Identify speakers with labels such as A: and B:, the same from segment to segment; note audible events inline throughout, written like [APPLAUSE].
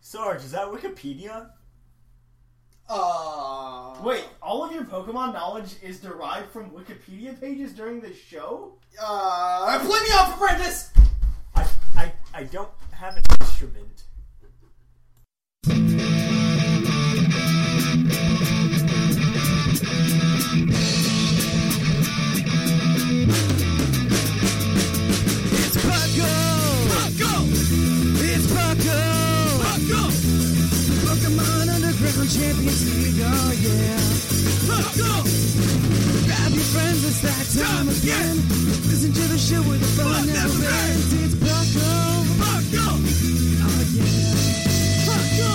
A: Sarge, is that Wikipedia?
B: Uh,
C: Wait, all of your Pokemon knowledge is derived from Wikipedia pages during this show?
B: uh, play me off, apprentice.
A: I, I, I don't have an instrument.
D: It's Paco. Paco. It's Paco. Paco. Pokemon Underground Champions League. Oh yeah. Paco. Grab your friends. It's that time again. Listen to the show where the fun never ends. It's Paco. Paco. Oh yeah. Paco.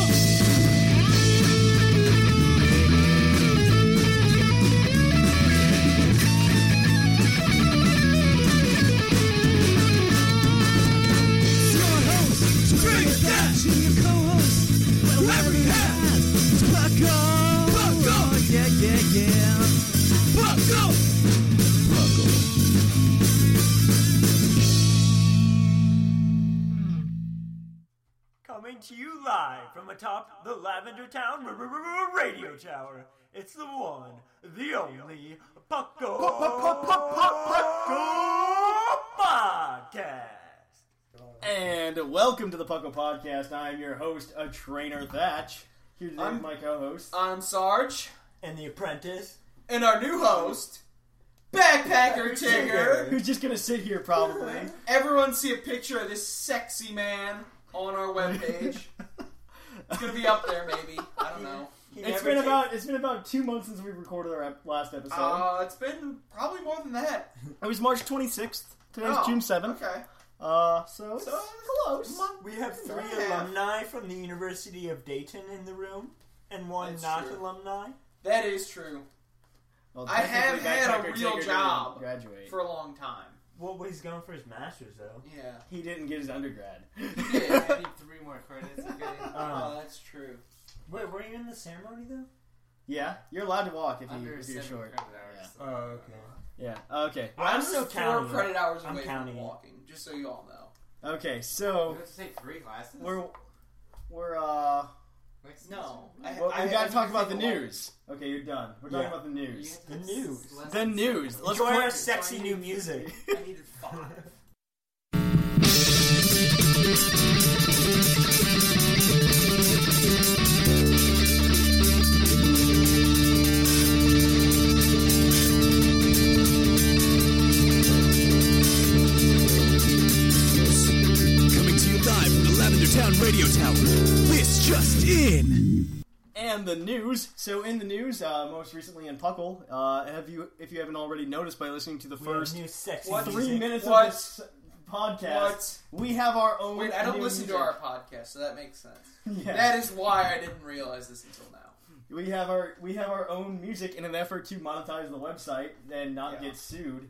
D: your host, Drink That, and your co-host, Larry Pat, Bucko, Bucko, yeah, yeah, yeah, Bucko, Bucko.
A: Coming to you live from atop the Lavender Town r- r- r- Radio Tower. It's the one, the only Bucko Podcast.
C: And welcome to the Pucko Podcast. I am your host, a trainer Thatch. Here today
B: I'm-
C: with my co-host.
B: I'm Sarge,
A: And the apprentice.
B: and our new host, Backpacker Tigger.
C: Who's just gonna sit
A: [LAUGHS]
C: here probably.
B: Everyone see a picture of this sexy man on our webpage. it's gonna be up there, maybe. I don't know.
C: it's been about it's been about two months since we recorded our ep- last episode.
B: Uh, it's been probably more than that.
C: it was March 26th. Today's
B: Oh,
C: June 7th.
B: Okay.
C: Uh, so,
B: So close.
A: We have three
B: Yeah.
A: alumni from the University of Dayton in the room, and one
B: That's
A: not
B: true.
A: alumni.
B: That is true.
C: well,
B: I have
C: technically,
B: had a
C: Backpacker
B: real
C: Tigger didn't
B: job
C: Graduate.
B: For a long time.
A: Well, he's going for his master's though.
B: Yeah.
C: He didn't get his undergrad.
D: [LAUGHS]
B: Yeah, I need three more credits. Okay. Oh, that's true.
A: Wait, were you in the ceremony though?
C: [LAUGHS] yeah, you're allowed to walk if, you,
B: Under
C: if you're
B: seven
C: short.
B: credit hours.
C: Uh,
A: Oh, okay.
C: Yeah. Okay.
A: I'm
B: I'm
A: still
B: four
A: counting. it.
B: credit hours
A: I'm
B: away
A: counting.
B: from
A: it.
B: walking, just so you all know.
C: Okay. So
E: have to take three classes?
C: we're we're uh
E: Next
B: No, I,
C: Well,
B: I,
C: we gotta
B: I-
C: talk about the
B: I think
C: news. Okay, you're done. We're talking
A: Yeah.
C: about the
E: semester. You have to
A: The
C: news.
A: news.
E: s- less
C: The
E: than
C: news. Let's
A: Enjoy our
C: point-
A: sexy new music.
B: [LAUGHS] I needed five.
D: Coming to you live from the Lavender Town Radio Tower. This just in.
C: and the news. So in the news, uh, most recently in Puckle, uh, have you if you haven't already noticed by listening to the
A: We have
C: first
A: new sexy
B: What?
C: three
A: music.
C: minutes
B: What?
C: of this podcast, we have our own.
B: Wait, I don't
C: new
B: listen to
C: music.
B: our podcast, so that makes [LAUGHS] sense.
C: Yeah.
B: That is why I didn't realize this until now.
C: We have our we have our own music in an effort to monetize the website and not
B: Yeah.
C: get sued.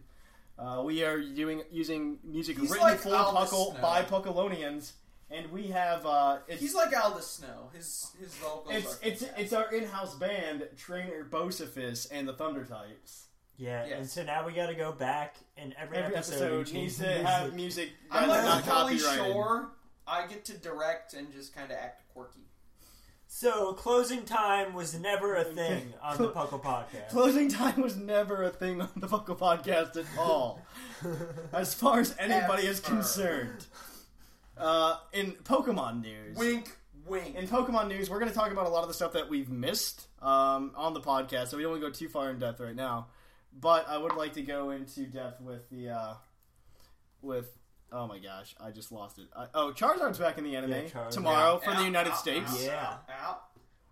C: Uh, we are doing using music
B: He's
C: written
B: like
C: for
B: Elvis
C: Puckle
B: Snow.
C: by Puckalonians, and we have uh, it's
B: He's like Aldous Snow. His his vocals
C: it's
B: are
C: it's it's
B: fantastic.
C: our in-house band Trainer Bocephus and the Thunder Types.
A: Yeah,
B: Yes.
A: and so now we gotta go back and every,
C: Every episode
A: we change
C: needs to
A: the music.
C: have music that
B: I'm
C: is
B: like
C: not
B: Pauly
C: copyrighted.
B: Shore. I get to direct and just kind of act quirky.
A: So closing time was never a thing on the Puckle Podcast.
C: Closing time was never a thing on the Puckle podcast at all,
A: [LAUGHS]
C: as far as anybody is
B: Ever.
C: concerned. Uh, in Pokemon news,
B: Wink, wink.
C: in Pokemon news, we're going to talk about a lot of the stuff that we've missed um, on the podcast, so we don't want to go too far in depth right now. But I would like to go into depth with the uh, with oh my gosh, I just lost it. I, oh, Charizard's back in the anime
A: Yeah, Charizard.
C: tomorrow from the
B: Ow,
C: United
B: ow,
C: States.
A: ow. Yeah.
B: Ow, ow.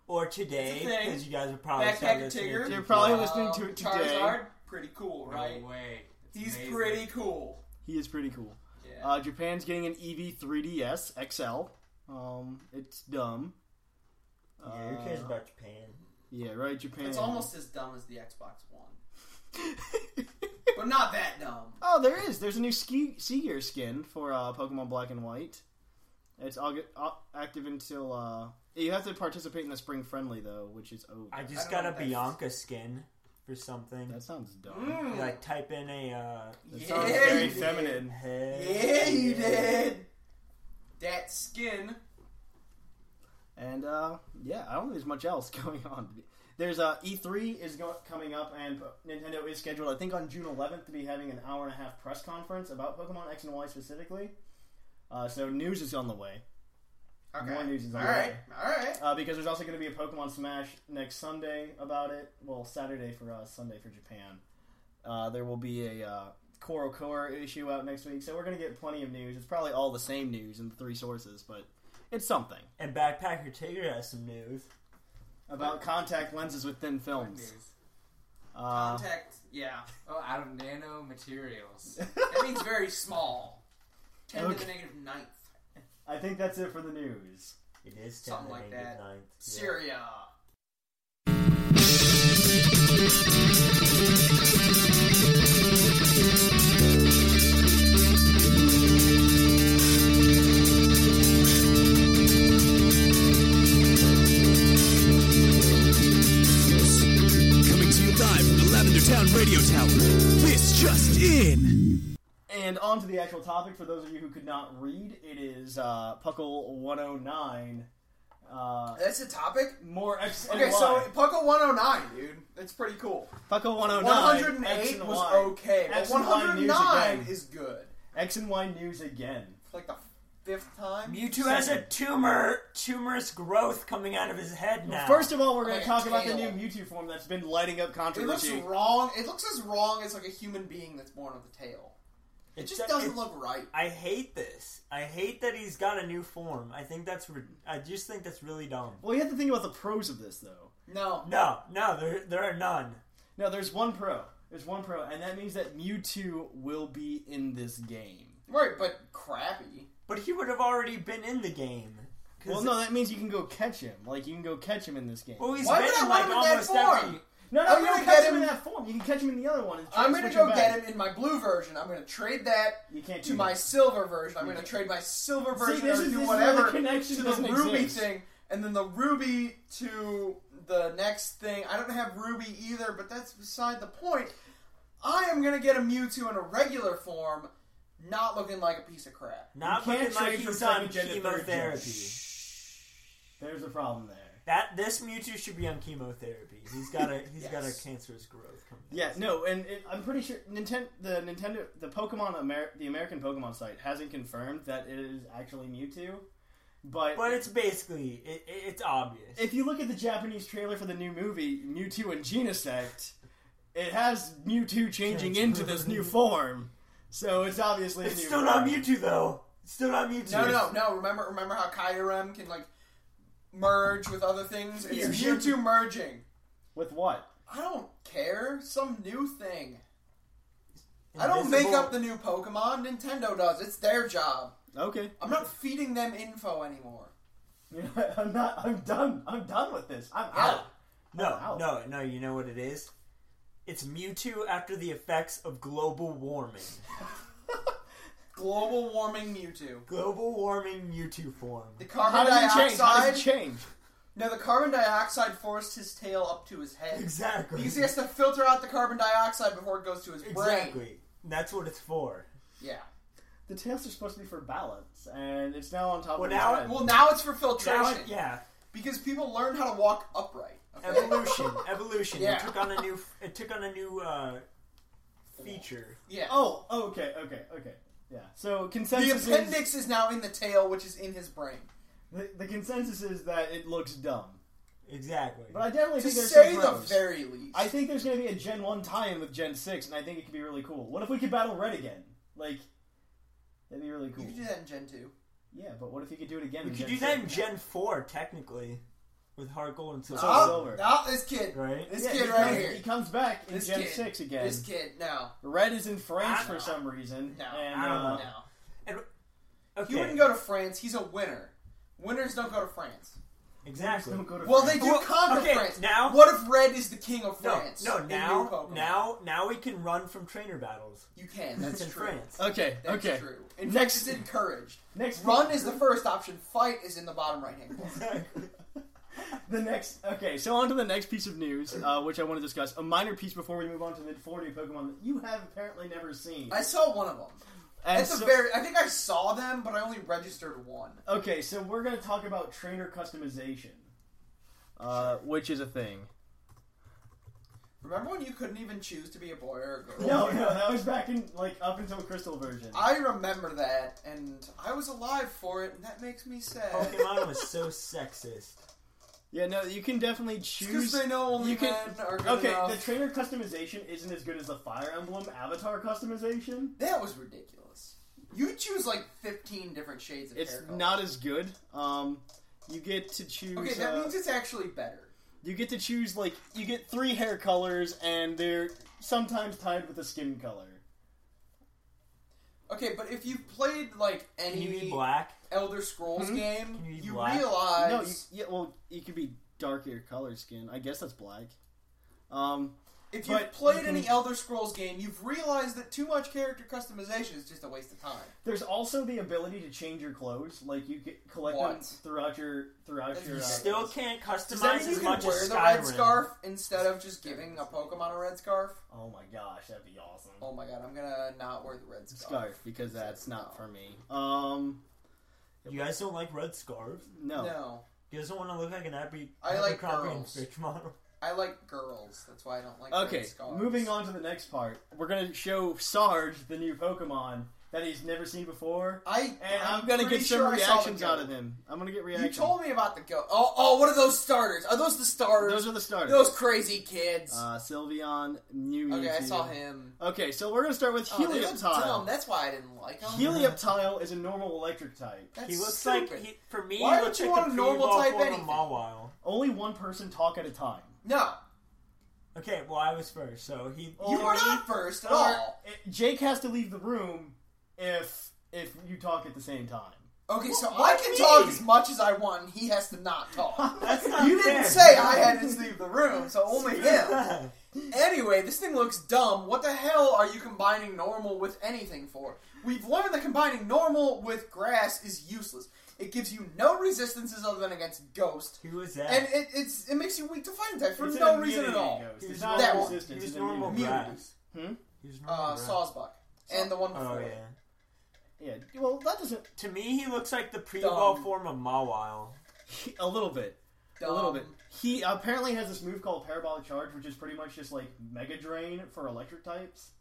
A: Or today,
B: It's a thing.
A: because you guys are probably
B: Backpacker
A: starting listening
B: Tigger.
A: to
C: You're
A: it.
C: probably
B: Uh,
C: listening to it today.
B: Charizard, pretty cool,
E: No
B: right?
E: way. It's
B: He's
E: amazing.
B: pretty cool.
C: He is pretty cool.
B: Yeah.
C: Uh, Japan's getting an EV 3DS XL. Um, it's dumb.
A: Yeah, who cares about Japan?
C: Yeah, right. Japan.
B: It's almost as dumb as the Xbox One, [LAUGHS] but not that dumb.
C: oh, there is. There's a new ski sea gear skin for uh, Pokemon Black and White. It's all get, uh, active until uh, you have to participate in the spring friendly though, which is over.
A: I just got
B: I don't
A: a
B: know if that's-
A: Bianca skin for something.
C: that sounds dumb.
A: You, like type in a uh,
C: That
B: Mm. Yeah,
C: sounds very
B: you did.
C: feminine.
B: Yeah, you did. That skin.
C: And uh, yeah, I don't think there's much else [LAUGHS] going on. There's uh, E3 is go- coming up, and Nintendo is scheduled, I think, on June 11th to be having an hour and a half press conference about Pokemon X and Y specifically. Uh, so news is on the way
B: Okay.
C: More news is on
B: all
C: the
B: right.
C: way.
B: All right.
C: uh, because there's also going to be a Pokemon Smash next Sunday about it. Well, Saturday for us, Sunday for Japan. Uh, there will be a uh, Koro Core issue out next week, so we're going to get plenty of news. It's probably all the same news in the three sources, but it's something
A: and Backpacker Tigger has some news.
C: about contact lenses with thin films.
F: News.
C: Uh,
B: Contact. Yeah.
F: Oh, out of
A: [LAUGHS]
F: nanomaterials.
B: That means very small. Ten to
C: Okay.
B: the negative ninth.
C: I think that's it for the news.
A: It is 10
B: Something
A: to
B: like
A: negative
B: that.
A: ninth. Yeah.
B: Syria.
D: Coming to you live from the Lavender Town Radio Tower. This just in.
C: And on to the actual topic. For those of you who could not read, it is uh, Puckle 109. Uh,
B: That's a topic.
C: more X and
B: Okay, so
C: Y.
B: Puckle 109, dude. That's pretty cool.
C: Puckle 109.
B: 108 was okay, but
C: X and Y news
B: 109
C: again.
B: is good.
C: X and Y news again.
B: Like the fifth time.
A: Mewtwo has a tumor, tumorous growth coming out of his head now.
C: First of all, we're going
B: Like
C: to
B: a
C: talk about the new
B: tail.
C: Mewtwo form that's been lighting up
B: It looks
C: controversy.
B: wrong. It looks as wrong as like a human being that's born with a tail. It just doesn't
A: it's-
B: look right.
A: I hate this. I hate that he's got a new form. I think that's. Re- I just think that's really dumb.
C: Well, you have to think about the pros of this, though.
B: No.
A: No, no, there there are none.
C: No, there's one pro. There's one pro, and that means that Mewtwo will be in this game.
B: Right, but crappy.
A: But he would have already been in the game. 'Cause-
C: Well, no, that means you can go catch him. Like, you can go catch him in this game.
A: well, he's
B: Why
A: been
B: would I
A: in, like
B: want him in that
A: almost
B: form?
A: every.
C: No, no,
B: I'm
C: you
B: gonna
C: don't catch
B: get
C: him in
B: him-
C: that form. You can catch him in the other one. and try
B: I'm
C: to
B: gonna
C: switch
B: go
C: back.
B: get him in my blue version. I'm gonna trade that
C: You can't
B: to
C: do
B: my
C: that.
B: silver version. I'm gonna trade my silver version
C: this
B: or
C: is- this
B: do
C: is where
B: whatever
C: the connection
B: to the
C: doesn't
B: ruby
C: exist.
B: thing, and then the ruby to the next thing. I don't have ruby either, but that's beside the point. I am gonna get a Mewtwo in a regular form, not looking like a piece of crap.
A: Not
C: You can't
A: looking like
C: trade from
A: he's on
C: second gen to third gen.
A: chemotherapy.
C: There's a problem there.
A: That this Mewtwo should be on chemotherapy. He's got a he's got a
B: Yes.
A: cancerous growth coming. out.
C: Yeah, no, and it, I'm pretty sure Nintendo, the Nintendo, the Pokemon, Amer- the American Pokemon site hasn't confirmed that it is actually Mewtwo, but,
A: But it's basically it, it- it's obvious.
C: if you look at the Japanese trailer for the new movie Mewtwo and Genesect, it has Mewtwo changing into
B: [LAUGHS]
C: this new form, so it's obviously a
A: it's
C: new
A: still
C: form.
A: not Mewtwo though. It's still not Mewtwo.
B: No, no, no. Remember, remember how Kyurem can like merge with other things. It's
A: You should-
B: Mewtwo merging.
C: With what?
B: I don't care. Some new thing. I don't make
A: Invisible-
B: up the new Pokemon. Nintendo does. It's their job.
C: Okay, [LAUGHS]
B: I'm not feeding them info anymore.
C: You know what? I'm not. I'm done. I'm done with this. I'm out.
A: No,
C: Wow.
A: no, no. You know what it is? It's Mewtwo after the effects of global warming.
B: Global warming Mewtwo.
A: Global warming Mewtwo form.
B: The
C: How
B: carbon
C: does it change? How
B: dioxide.
C: does it change?
B: No, the carbon dioxide forced his tail up to his head.
A: Exactly.
B: Because he has to filter out the carbon dioxide before it goes to his brain.
A: Exactly. That's what it's for.
B: Yeah.
C: The tails are supposed to be for balance, and it's now on top
A: Well,
C: of his
A: now-
C: head.
B: Well, now it's for
A: Now
B: filtration.
A: it- yeah.
B: Because people learn how to walk upright. okay?
A: Evolution. Evolution.
B: Yeah.
A: It took on a new. It took on a new uh, feature.
B: Yeah.
C: Oh, oh, okay, okay, okay. Yeah. So
B: the
C: consensus is
B: appendix is now in the tail, which is in his brain.
C: the, the consensus is that it looks dumb,
A: Exactly.
C: but I definitely
B: To
C: think there's
B: say
C: some
B: the
C: pros.
B: very least.
C: I think there's going to be a Gen One tie-in with Gen Six, and I think it could be really cool. What if we could battle Red again? Like that'd be really
B: you
C: cool.
B: could do that in Gen 2.
C: Yeah, but what if you could do it again?
A: we
C: in
A: could
C: Gen
A: do that in
C: 6?
A: Gen Four, technically, with Heart Gold and Silver.
C: Oh,
B: Oh,
C: Silver.
B: oh, this kid.
A: Right?
B: This
C: Yeah,
B: kid
C: he
B: right
C: comes-
B: here.
C: He comes back in
B: This
C: Gen
B: kid.
C: Six again.
B: This kid. No.
C: Red is in France
A: I-
C: for some reason.
B: No.
C: and,
A: I don't
C: uh,
A: know.
B: No.
A: And Okay.
B: He wouldn't go to France. He's a winner. Winners don't go to France.
A: exactly.
C: Don't go to
B: Well, they do
A: Well,
B: conquer
A: okay,
B: France.
A: now-
B: what if Red is the king of
A: No,
B: France?
A: no.
B: in new
A: Now,
B: Pokemon?
A: now, now we can run from trainer battles.
B: you can. That's
A: It's in
B: true.
A: France.
C: Okay,
B: That's
C: okay.
B: true. And next is encouraged.
C: Next
B: Run is the first option. Fight is in the bottom right hand corner.
C: The next, okay, so on to the next piece of news, uh, which I want to discuss. A minor piece before we move on to the four new Pokemon that you have apparently never seen.
B: [LAUGHS] I saw one of them.
C: And
B: That's
C: so-
B: a very. I think I saw them, but I only registered one.
C: okay, so we're going to talk about trainer customization, uh, which is a thing.
B: Remember when you couldn't even choose to be a boy or a girl?
C: No, no, [LAUGHS] that was back in like up until Crystal version.
B: I remember that, and I was alive for it, and that makes me sad.
A: Pokemon was so
B: [LAUGHS]
A: sexist.
C: yeah, no, you can definitely choose.
B: Because they know only
C: you can-
B: men are good
C: Okay,
B: enough.
C: the trainer customization isn't as good as the Fire Emblem avatar customization.
B: that was ridiculous. You choose like 15 different shades of
C: It's
B: hair color.
C: not as good. Um, you get to choose.
B: Okay, that
C: uh,
B: means it's actually better.
C: You get to choose like you get three hair colors, and they're sometimes tied with a skin color.
B: Okay, but if you've played like
A: Can you be
B: any
A: black?
B: Elder Scrolls game,
A: Can you be
B: you
A: black?
B: realize
C: Hmm? No, you, yeah, well, you could be darker color skin. I guess that's black. Um,
B: if
C: but
B: you've played
C: you can-
B: any Elder Scrolls game, you've realized that too much character customization is just a waste of time.
C: there's also the ability to change your clothes. Like you get collect them
B: What?
C: throughout your throughout
B: If
C: your.
B: you
C: uh,
A: Still can't
B: Does that
A: customize as
B: mean you can
A: much
B: wear
A: as
B: the red
A: Skyrim.
B: scarf instead of just giving a Pokemon a red scarf?
C: oh my gosh, that'd be awesome.
B: Oh my god, I'm gonna not wear the red scarf.
C: Scarf because that's not for me. Um,
A: You guys don't like red scarves?
C: no.
B: No,
A: You guys don't want to look like an happy
B: I like
A: Abercrombie and
B: girls.
A: Fitch
B: [LAUGHS]
A: model.
B: I like girls. That's why I don't like
C: Okay,
B: red scarves.
C: moving on to the next part. We're gonna show Sarge the new Pokemon that he's never seen before.
B: I
C: And
B: I'm
C: I'm, gonna
B: pretty
C: get some
B: sure I saw
C: reactions
B: the goat.
C: out of him. I'm gonna get
B: You
C: reactions.
B: told me about the goat. Oh, oh, what are those starters? Are those the starters?
C: Those are the starters.
B: Those crazy kids.
C: uh, Sylveon, New
B: okay, I saw him.
C: Okay, so we're gonna start with
B: Oh, they look dumb.
C: Helioptile.
B: That's why I didn't like him. [LAUGHS]
C: Helioptile is a normal electric type.
B: That's
A: He looks
B: stupid.
A: like he, for me.
B: Why
A: he
B: would
A: looks
B: you
A: like
B: want
A: the
B: a normal
A: pre-evolved
B: type
A: form
B: anything?
A: Of Mawile.
C: Only one person talk at a time.
B: no.
A: Okay, well I was first, so he.
B: Oh, You
A: to
B: were
A: me-
B: [LAUGHS]
A: [LAUGHS]
B: not first at
C: Or,
B: all.
C: Oh, it- Jake has to leave the room if if you talk at the same time.
B: Okay, so
A: what
B: I can
A: me?
B: talk as much as I want. and He has to not
C: [LAUGHS]
B: talk.
A: That's not
B: you didn't
A: fair.
B: say I had to leave the room, so
A: [LAUGHS]
B: only him. Anyway, this thing looks dumb. What the hell are you combining normal with anything for? We've learned that combining normal with grass is useless. It gives you no resistances other than against ghost,
A: Who was that?
B: and it, it's it makes you weak to flying type for
C: It's an
B: no reason at
C: immunity
B: all.
C: ghost.
A: He
C: It's
A: was
C: not
B: that
C: a
B: one.
C: resistance.
A: he was
C: it's an
A: normal
C: immunity.
A: grass.
C: Hmm?
A: He was normal
B: Uh,
A: grass.
B: Sawsbuck and the one
A: Oh
B: before.
A: yeah.
C: Yeah. Well, that doesn't
A: To me, he looks like the pre-evolved
B: Dumb.
A: form of Mawile.
C: he- a little bit. A little bit. He apparently has this move called Parabolic Charge, which is pretty much just like Mega Drain for electric types.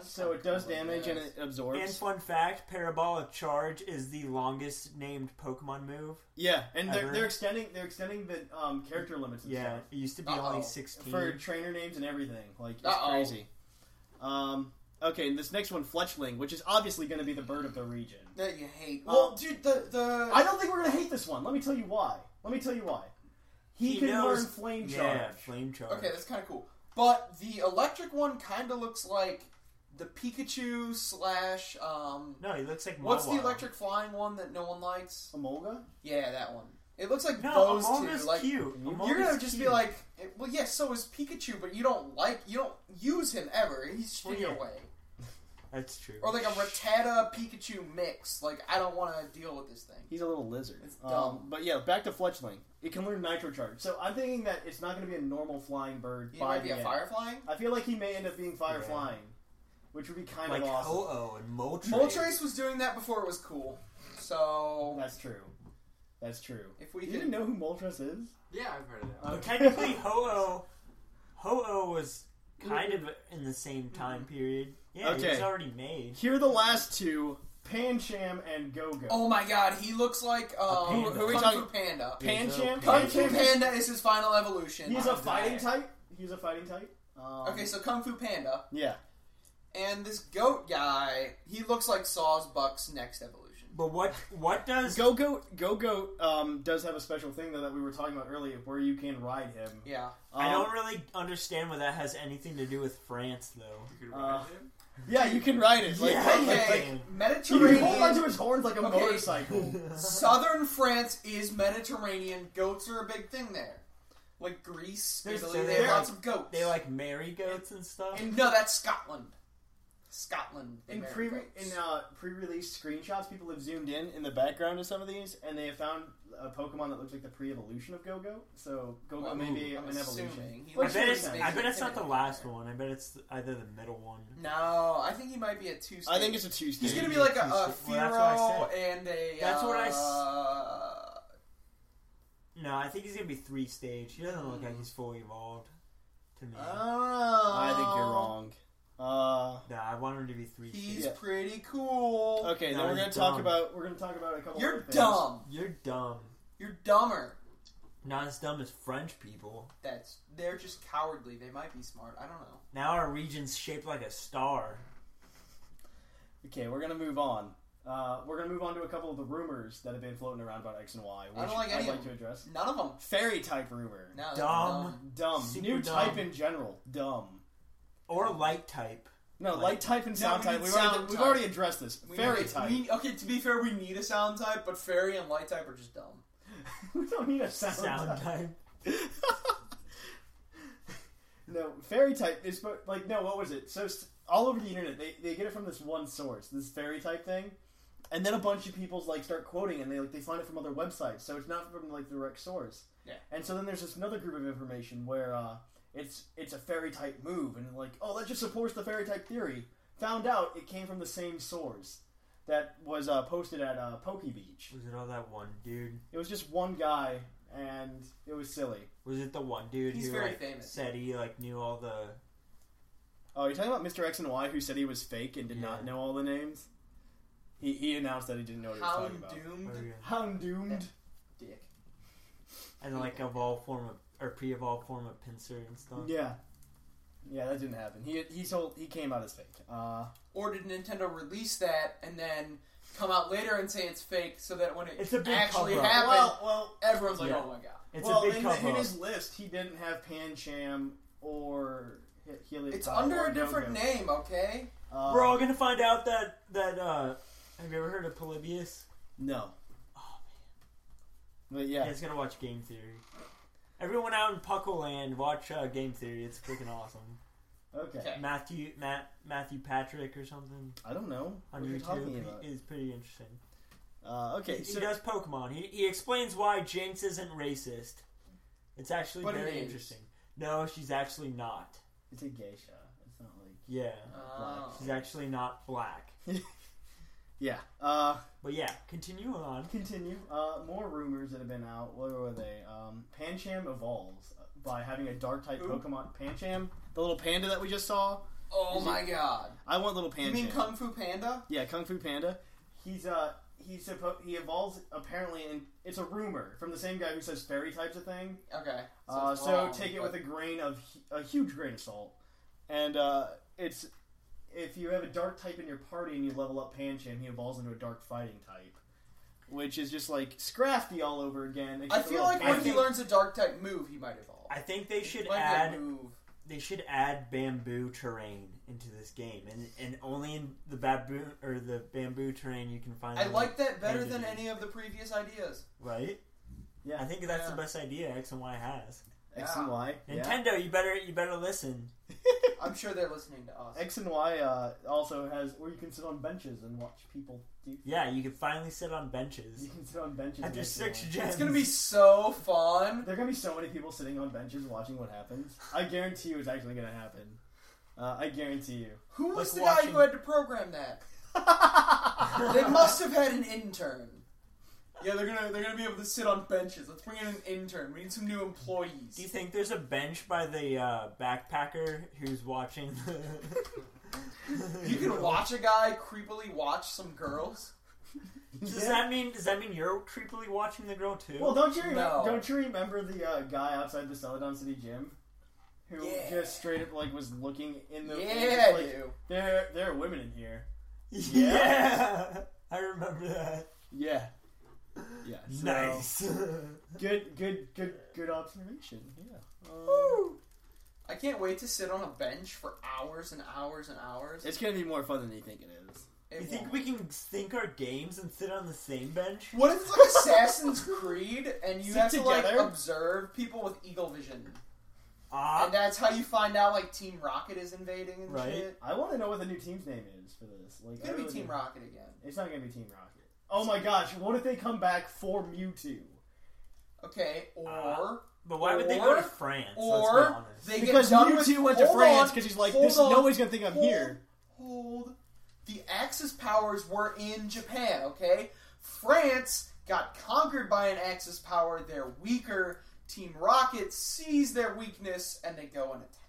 C: So it does damage and it absorbs.
A: And fun fact: Parabolic Charge is the longest named Pokemon move.
C: yeah, and they're,
A: Ever.
C: they're extending they're extending the um, character limits. And
A: Yeah, it used to be
B: Uh-oh.
A: only
C: stuff
A: sixteen.
C: for trainer names and everything. Like it's
B: Uh-oh.
C: crazy. Um, okay, and this next one, Fletchling, which is obviously going to be the bird of the region.
B: that you hate. Well, dude, the the
C: I don't think we're going to hate this one. Let me tell you why. Let me tell you why. He, can
A: knows-
C: learn Flame
A: Yeah,
C: Charge.
A: Flame Charge.
B: Okay, that's kind of cool. But the electric one kind of looks like the Pikachu slash. Um,
A: No, he looks like
B: what's the
A: Mawile.
B: electric flying one that no one likes?
C: Emolga?
B: Yeah, that one. It looks like
A: No,
B: those
A: Amolga's
B: two. Like
A: cute. Amolga's
B: you're gonna just
A: cute.
B: be like, eh, well, yes, so is Pikachu, but you don't like, you don't use him ever. He's
A: Well,
B: straight
A: yeah.
B: away.
A: that's true.
B: Or like a Rattata Pikachu mix. Like I don't want to deal with this thing.
C: He's a little lizard.
B: It's
C: Um,
B: dumb.
C: but yeah, back to Fletchling. It can learn Nitro Charge. So I'm thinking that it's not going to be a normal flying bird
B: He
C: by
B: might be
C: the
B: a
C: end.
B: Firefly.
C: I feel like he may end up being fire
A: Yeah.
C: flying, which would be kind
A: like
C: of awesome.
A: Ho-Oh and Moltres.
B: Moltres was doing that before it was cool. So
C: That's true. That's true.
B: If we
C: you
B: can-
C: didn't know who Moltres is,
F: Yeah, I've heard of that.
A: But Oh,
B: [LAUGHS]
A: technically, Ho-Oh, Ho-Oh was kind of in the same time
B: Mm-hmm.
A: period. Yeah,
C: Okay.
A: it was already made.
C: here are the last two: Pancham and Go-Go.
B: Oh my god, he looks like um,
A: panda.
B: who are we
C: Kung
B: talking
C: Fu-
B: about? Panda.
C: Pancham.
A: Kung
B: Kung
A: Fu
B: Fu
C: Pancham. is-
B: Panda is his final evolution.
C: He's a fighting type. He's a fighting type. Um,
B: Okay, so Kung Fu Panda
C: yeah.
B: and this goat guy, he looks like Saw's Buck's next evolution.
A: But what what does
C: Go Go Go Go um, does have a special thing though that we were talking about earlier, where you can ride him.
B: Yeah,
A: I
C: Um,
A: don't really understand what that has anything to do with France though.
F: You could
C: Uh,
F: ride him?
C: Yeah, you can ride it. Like,
B: Yeah,
C: like, like,
B: okay.
C: you can hold
B: Mediterranean.
C: onto its horns like a
B: Okay. [LAUGHS]
C: motorcycle.
B: Southern France is Mediterranean. Goats are a big thing there. Like Greece,
A: There's-
B: Italy, they
A: they're
B: have
A: like-
B: lots of goats.
A: They like marry goats and stuff.
B: And no, that's Scotland. Scotland. they
C: In
B: marry
C: pre
B: goats.
C: in uh, pre-release screenshots, people have zoomed in in the background to some of these, and they have found a Pokemon that looks like the pre-evolution of Go-Go. So Go-Go
B: Well,
C: may be
B: I'm
C: an
B: assuming
C: evolution.
B: he
C: Which
A: I bet,
C: makes
A: it's,
C: sense.
A: I bet it's not the last one. I bet it's either the middle one.
B: No, I think he might be a two.
C: I think it's a Tuesday.
B: He's gonna be like a, a
A: Well,
B: Firo
A: that's what I
B: and a.
A: That's what I s-
B: uh,
A: No, I think he's gonna be three stage. He doesn't look like
B: Hmm.
A: he's fully evolved to me.
B: Oh,
C: I think you're wrong. Uh,
A: no, I want him to be three. stage.
B: He's
C: Yeah.
B: pretty cool.
C: okay,
A: No,
C: then we're
A: he's
C: gonna talk
A: dumb.
C: about we're gonna talk about a couple.
B: You're
C: other things.
B: dumb.
A: You're dumb.
B: You're dumber.
A: Not as dumb as French people.
B: That's they're just cowardly. They might be smart. I don't know.
A: Now our region's shaped like a star.
C: Okay, we're gonna move on. Uh, we're gonna move on to a couple of the rumors that have been floating around about X and Y, which
B: I don't like
C: would
B: any
C: like
B: of
C: to
B: them.
C: address.
B: None of them.
C: Fairy type rumor.
B: No, that's
A: Dumb.
C: Dumb.
A: Super
C: New type
A: dumb.
C: in general. Dumb.
A: Or light
B: [LAUGHS]
A: type.
C: No, light type and sound
B: we need
C: type. We've,
B: sound
C: already, we've
B: type.
C: already addressed this.
B: We
C: Fairy
B: need-
C: [LAUGHS] type.
B: we- okay, to be fair, we need a sound type, but fairy and light type are just dumb.
C: We don't need a sound,
A: Sound type.
C: No, fairy type is but like no. What was it? So s- all over the internet, they, they get it from this one source, this fairy type thing, and then a bunch of people's like start quoting, and they like they find it from other websites, so it's not from like the direct source.
B: Yeah.
C: And so then there's this another group of information where uh, it's it's a fairy type move, and like oh that just supports the fairy type theory. Found out it came from the same source that was uh, posted at uh, Pokey Beach.
A: Was it all that one dude?
C: It was just one guy, and it was silly.
A: Was it the one dude
B: He's
A: who
B: very
A: like,
B: famous.
A: said he like knew all the
C: Oh, you're talking about Mr. X and Y who said he was fake and did not
A: Yeah.
C: know all the names? He, he announced that he didn't know what he was
B: Hound
C: talking about.
B: doomed
A: oh, yeah.
C: Hound doomed.
B: dick.
A: and like evolved form of or pre-evolved form of pincer and stuff.
C: Yeah. Yeah, that didn't happen. He he sold, he came out as fake. Uh,
B: Or did Nintendo release that and then come out later and say it's fake, so that when it
A: It's a big
B: actually
A: cover-up.
B: happened,
C: well, well,
B: everyone's like,
A: Yeah.
B: "Oh my god!"
A: It's
C: well,
A: a big
C: in,
A: cover.
C: in his list, he didn't have Pancham or He- Helioptile.
B: It's under
C: or
B: a different
C: Go-Go.
B: name, okay?
C: Uh,
A: We're all gonna find out that that uh have you ever heard of Polybius?
C: No.
B: Oh,
C: But yeah,
A: Yeah, it's gonna watch Game Theory. Everyone out in Puckle Land, watch uh, Game Theory. It's freaking awesome.
C: okay.
B: Okay.
A: Matthew Matt Matthew Patrick or something
C: I don't know
A: on
C: what you're talking
A: YouTube
C: about.
A: is pretty interesting.
C: Uh, okay,
A: He
C: so
A: does Pokemon. He, he explains why Jinx isn't racist. It's actually
B: But it
A: very
B: is.
A: interesting. No, she's actually not.
C: it's a geisha. It's not like uh,
A: Yeah,
B: Oh.
A: she's actually not black.
C: yeah. Uh,
A: But yeah, continue on.
C: Continue. Uh, more rumors that have been out. What were they? Um, Pancham evolves by having a dark type
B: Who?
C: Pokemon. Pancham, the little panda that we just saw.
B: Oh my god!
C: I want little Pancham.
B: You mean Kung Fu Panda?
C: Yeah, Kung Fu Panda. He's uh he's suppo- he evolves apparently, and it's a rumor from the same guy who says fairy types a thing.
B: Okay.
C: Uh,
B: it's
C: so
B: wrong,
C: take it
B: but-
C: with a grain of a huge grain of salt, and uh, it's if you have a dark type in your party and you level up Pancham, he evolves into a dark fighting type, which is just like Scrafty all over again.
B: I feel like
A: I
B: when he
A: think-
B: learns a dark type move, he might evolve.
A: I think they should
B: Might be a
A: add
B: move.
A: they should add bamboo terrain into this game, and and only in the bamboo or the bamboo terrain you can find.
B: I
A: the
B: like that better
A: entity,
B: than any of the previous ideas.
A: right.
C: Yeah.
A: I think that's
B: Yeah.
A: the best idea X and Y has.
C: X and Y. Yeah.
A: Nintendo, you better you better listen.
B: I'm sure they're listening to us.
C: X and Y uh, also has where you can sit on benches and watch people do.
A: Yeah, you can finally sit on
C: You
A: benches
C: can sit on benches.
A: after
C: in X and
A: six
C: Y.
A: gens.
B: It's gonna be so fun.
C: There are gonna be so many people sitting on benches watching what happens. I guarantee you, it's actually gonna happen. Uh, I guarantee you.
B: Who
A: Like
B: was the guy
A: watching-
B: who had to
A: [LAUGHS]
B: program that? they must have had an intern. Yeah, they're gonna they're gonna be able to sit on benches. Let's bring in an intern. We need some new employees.
A: Do you think there's a bench by the uh, backpacker who's watching? The... [LAUGHS]
B: You can watch a guy creepily watch some girls.
A: does that mean does that mean you're creepily watching the girl too? [LAUGHS]
C: Well, don't you remember?
B: No.
C: Don't you remember the uh, guy outside the Celadon City Gym who
B: Yeah.
C: just straight up like was looking in the
B: Yeah,
C: like,
B: dude.
C: there there are women in here.
A: yeah, [LAUGHS] I remember that.
C: Yeah, yeah. so-
A: Nice. [LAUGHS]
C: Good, good, good, good observation. Yeah. Um,
B: I can't wait to sit on a bench for hours and hours and hours.
C: It's gonna be more fun than you think it is.
B: It
A: You think
B: won't.
A: we can think our games and sit on the same bench?
B: What if it's like Assassin's Creed and you
C: Sit
B: have to like
C: together?
B: observe people with eagle vision?
A: Ah,
B: And that's how you find out like Team Rocket is invading and
A: Right.
B: shit.
C: I want to know what the new team's name is for this. Like,
B: It's gonna
C: I
B: be
C: really-
B: Team Rocket again.
C: It's not gonna be Team Rocket. Oh my gosh! What if they come back for Mewtwo?
B: Okay, or
A: Uh, but why would they go to
B: or-
A: France? let's be
B: or
A: honest?
B: they
C: Because
B: get done with,
C: Mewtwo went to
B: hold on,
C: France because he's like,
B: hold
C: this
B: on,
C: nobody's gonna think I'm
B: hold,
C: here.
B: Hold. The Axis powers were in Japan. Okay, France got conquered by an Axis power. They're weaker. Team Rocket sees their weakness and they go and attack.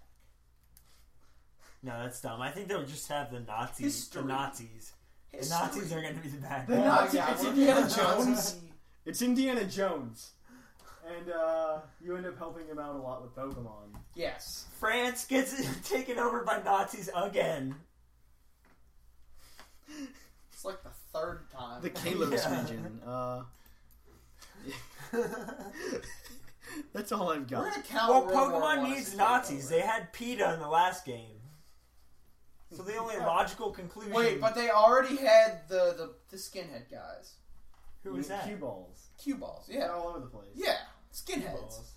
A: no, that's dumb. I think they'll just have the Nazis.
B: History.
A: The Nazis. The
B: History.
A: Nazis are going to be the bad
C: The
A: guys.
B: Oh my
A: [LAUGHS]
C: Nazi-
B: God,
C: it's
B: we're
C: Indiana
B: getting Nazi.
C: It's Indiana Jones, and uh, you end up helping him out a lot with Pokemon.
B: Yes.
A: France gets [LAUGHS] taken over by Nazis again.
B: It's like the third time.
C: The Kalos
A: Yeah.
C: region. [LAUGHS] Uh, that's all I've
B: We're
C: got.
B: gonna count
A: Well,
B: World War
A: Pokemon
B: One as
A: needs
B: a
A: Nazis.
B: takeover.
A: They had PETA in the last game. So the only logical conclusion.
B: Wait, but they already had the, the, the skinhead guys.
A: who was that?
C: Cue balls.
B: Cue balls,
C: They're
B: yeah.
C: all over the place.
B: Yeah, skinheads.
A: Balls.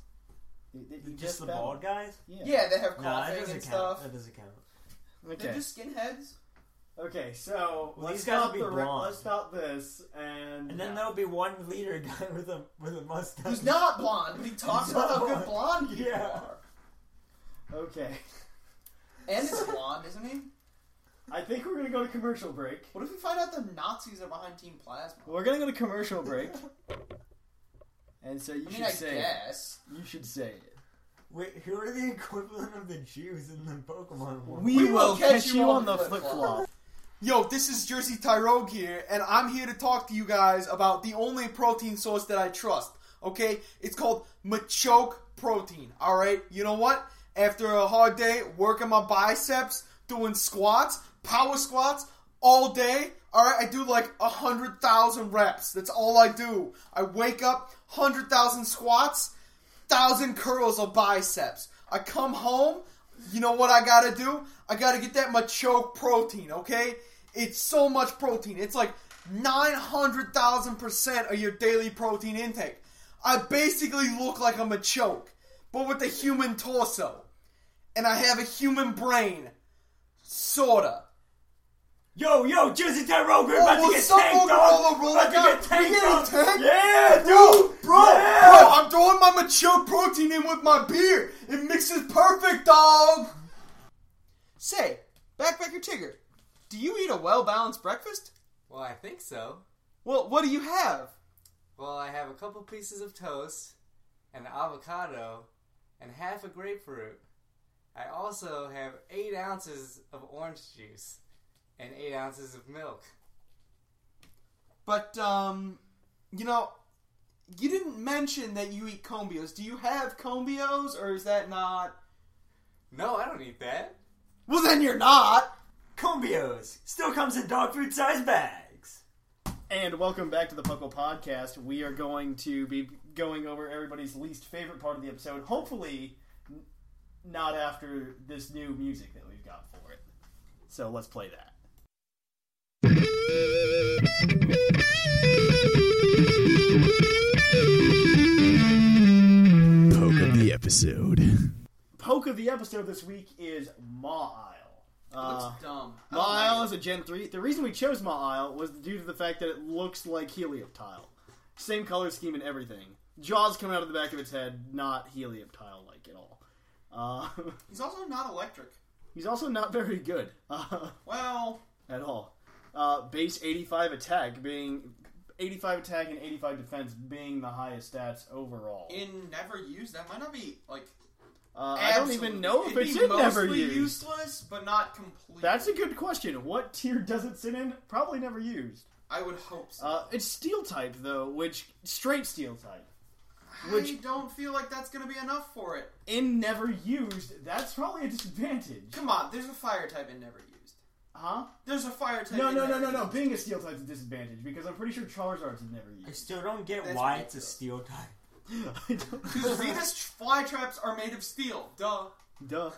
C: They- they- you
A: Just, the
C: found-
A: bald guys?
B: Yeah, they have
A: No, that
B: coughing
A: doesn't
B: and
A: count.
B: stuff.
A: That doesn't count.
C: Okay.
B: They're just skinheads.
C: Okay, so
A: Well,
C: let's
A: these guys
C: stop
A: will be
C: the re-
A: blonde.
C: let's stop this and,
A: And then there'll be one leader [LAUGHS] guy with a with a mustache.
B: Who's not blonde, but he talks
A: He's
B: about
A: not
B: how good
A: blonde.
B: blonde you
A: Yeah.
B: are.
C: okay.
B: And it's blonde, isn't he?
C: I think we're gonna go to commercial break.
B: What if we find out the Nazis are behind Team Plasma?
C: We're gonna go to commercial break, and so you
B: I
C: should
B: mean, I
C: say
B: guess.
C: it. you should say it.
A: Wait, who are the equivalent of the Jews in the Pokemon world?
C: We, will catch, you on the flip flop.
G: Yo, this is Jersey Tyrogue here, and I'm here to talk to you guys about the only protein source that I trust. Okay? It's called Machoke Protein. Alright? You know what? After a hard day working my biceps, doing squats, power squats, all day, alright? I do like a 100,000 reps. That's all I do. I wake up, 100,000 squats, thousand curls of biceps. I come home. You know what I gotta do? I gotta get that machoke protein. Okay, it's so much protein. It's like nine hundred thousand percent of your daily protein intake. I basically look like I'm a machoke, but with a human torso, and I have a human brain, sorta.
A: Yo, yo, Jersey Tyrogue, we're
G: well,
A: about to get
G: some
A: tanked
G: Pokemon
A: on!
G: will roll
A: about to
G: out.
A: get
G: We
A: tanked
G: getting
A: on!
G: tanked?
A: Yeah,
G: Yo,
A: dude!
G: bro,
A: yeah.
G: bro, I'm throwing my mature protein in with my beer. It mixes perfect, dog.
B: Say, Backpacker Tigger, do you eat a well balanced breakfast?
F: Well, I think so.
B: Well, what do you have?
F: Well, I have a couple pieces of toast, an avocado, and half a grapefruit. I also have eight ounces of orange juice and eight ounces of milk.
G: But um, you know, you didn't mention that you eat combios. Do you have combios, or is that not?
F: No, I don't eat that.
G: Well, then you're not.
A: Combios! Still comes in dog food sized bags!
C: And welcome back to the Puckle Podcast. We are going to be going over everybody's least favorite part of the episode. Hopefully, n- not after this new music that we've got for it. So let's play that.
D: Poke of the episode.
C: Poke of the episode this week is Ma Isle. Uh,
B: Looks dumb. I
C: Ma
B: don't like
C: Isle
B: it.
C: is a Gen 3. The reason we chose Ma Isle was due to the fact that it looks like Helioptile. Same color scheme and everything. Jaws coming out of the back of its head, not Helioptile like at all. Uh, [LAUGHS]
B: He's also not electric.
C: he's also not very good uh,
B: Well,
C: at all. Uh, base 85 attack being 85 attack and 85 defense being the highest stats overall.
B: in never used, that might not be like
C: Uh, I don't even know if
B: It'd
C: it's
B: be
C: in never
B: mostly
C: used.
B: useless, but not complete.
C: That's a good question. What tier does it sit in? Probably never used.
B: I would hope so.
C: Uh, it's steel type though, which straight steel type.
B: I
C: which-
B: don't feel like that's going to be enough for it.
C: In never used, that's probably a disadvantage.
B: Come on, there's a fire type in never used.
C: Huh?
B: There's a fire type.
C: No,
B: in
C: no, no,
B: never
C: no, no.
B: used.
C: Being a steel type's a disadvantage because I'm pretty sure Charizard's never
A: I
C: used.
A: still don't get
B: That's
A: why it's a [LAUGHS]
B: ridiculous.
A: steel type.
C: I don't-
B: Because Venus flytraps are made of steel. Duh.
C: Duh.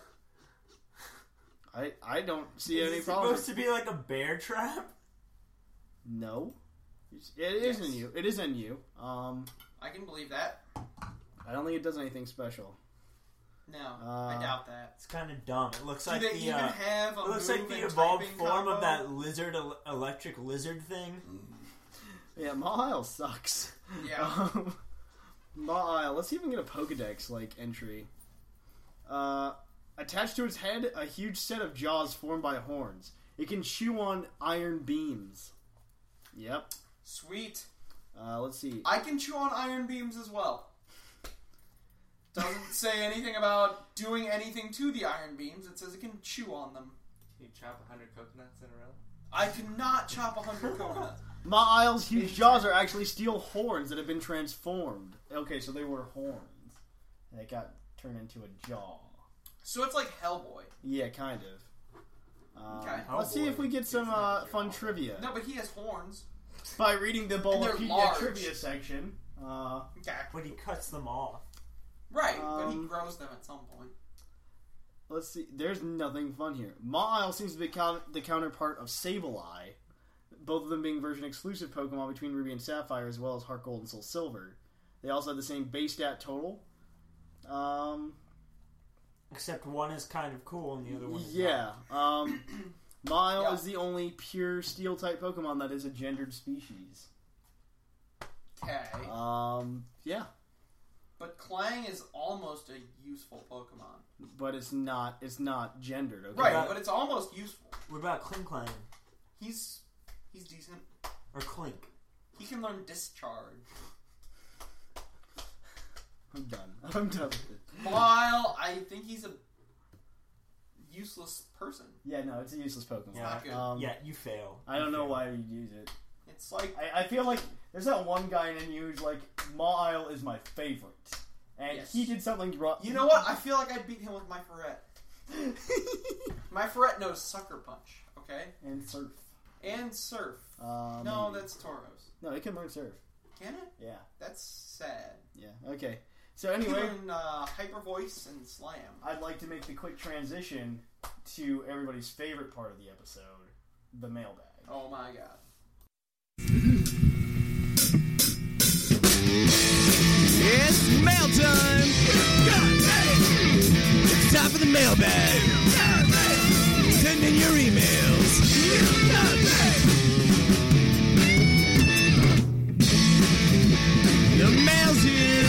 C: I I don't see
A: Is
C: any
A: it
C: problem.
A: supposed to be like a bear trap?
C: No. It's- It is in you. It is in you. Um,
B: I can believe that.
C: I don't think it does anything special.
B: No,
C: Uh,
B: I doubt that.
A: It's kind of dumb. It looks
B: Do
A: like
B: they
A: the
B: even
A: uh,
B: have a
A: it looks like
B: move
A: the
B: and
A: evolved
B: typing
A: form
B: combo? Mm.
A: of that lizard el- electric lizard thing.
C: Yeah, Mile Isle sucks. [LAUGHS]
B: Yeah.
C: Um, Mile Isle. Let's see if we can get a Pokedex like entry. Uh, attached to its head, a huge set of jaws formed by horns. It can chew on iron beams. Yep.
B: Sweet.
C: Uh, let's see.
B: I can chew on iron beams as well. Doesn't say anything about doing anything to the iron beams. It says it can chew on them.
F: You chop a hundred coconuts in a row.
B: I cannot chop a hundred coconuts.
C: Mile Isle's huge jaws are actually steel horns that have been transformed. Okay, so they were horns. And they got turned into a jaw.
B: So it's like Hellboy.
C: Yeah, kind of. Um,
B: Okay.
C: Let's see if we get some uh, fun trivia
B: No, but he has horns.
C: by reading the
B: they're
C: Bulbapedia
B: large.
C: trivia section. Uh,
B: Okay.
A: But he cuts them off.
B: Right, but he
C: Um,
B: grows them at some point.
C: let's see. There's nothing fun here. Mawile seems to be coun the counterpart of Sableye, both of them being version exclusive Pokemon between Ruby and Sapphire, as well as Heart Gold and Soul Silver. They also have the same base stat total. Um,
A: Except one is kind of cool and the other one is
C: yeah. Um, Mile
B: Yeah.
C: is the only pure Steel type Pokemon that is a gendered species.
B: Okay.
C: Um, yeah,
B: But Clang is almost a useful Pokemon.
C: but it's not. It's not gendered. Okay?
B: Right,
A: about-
B: but it's almost useful.
A: not. What about Clink Clang?
B: He's he's decent.
A: Or Clink?
B: He can learn discharge.
C: I'm done. [LAUGHS] I'm done with it.
B: While I think he's a useless person.
C: Yeah, no, it's a useless Pokemon.
A: Yeah.
B: good.
C: Um,
A: yeah, you fail.
C: I don't know why we use it.
B: It's like
C: I, I feel like there's that one guy in you who's like, Mile is my favorite. And
B: Yes.
C: he did something wrong.
B: you know what? I feel like I'd beat him with my ferret. My ferret knows sucker punch. Okay,
C: and surf.
B: and surf.
C: Um,
B: No, that's Tauros.
C: No, it can learn surf.
B: Can it?
C: Yeah,
B: That's sad.
C: yeah. Okay. So,
B: He
C: anyway,
B: learned uh, hyper voice and slam.
C: I'd like to make the quick transition to everybody's favorite part of the episode the mailbag.
B: Oh my god.
D: It's mail time. It's time for the mailbag. Send in your emails. The mail's here.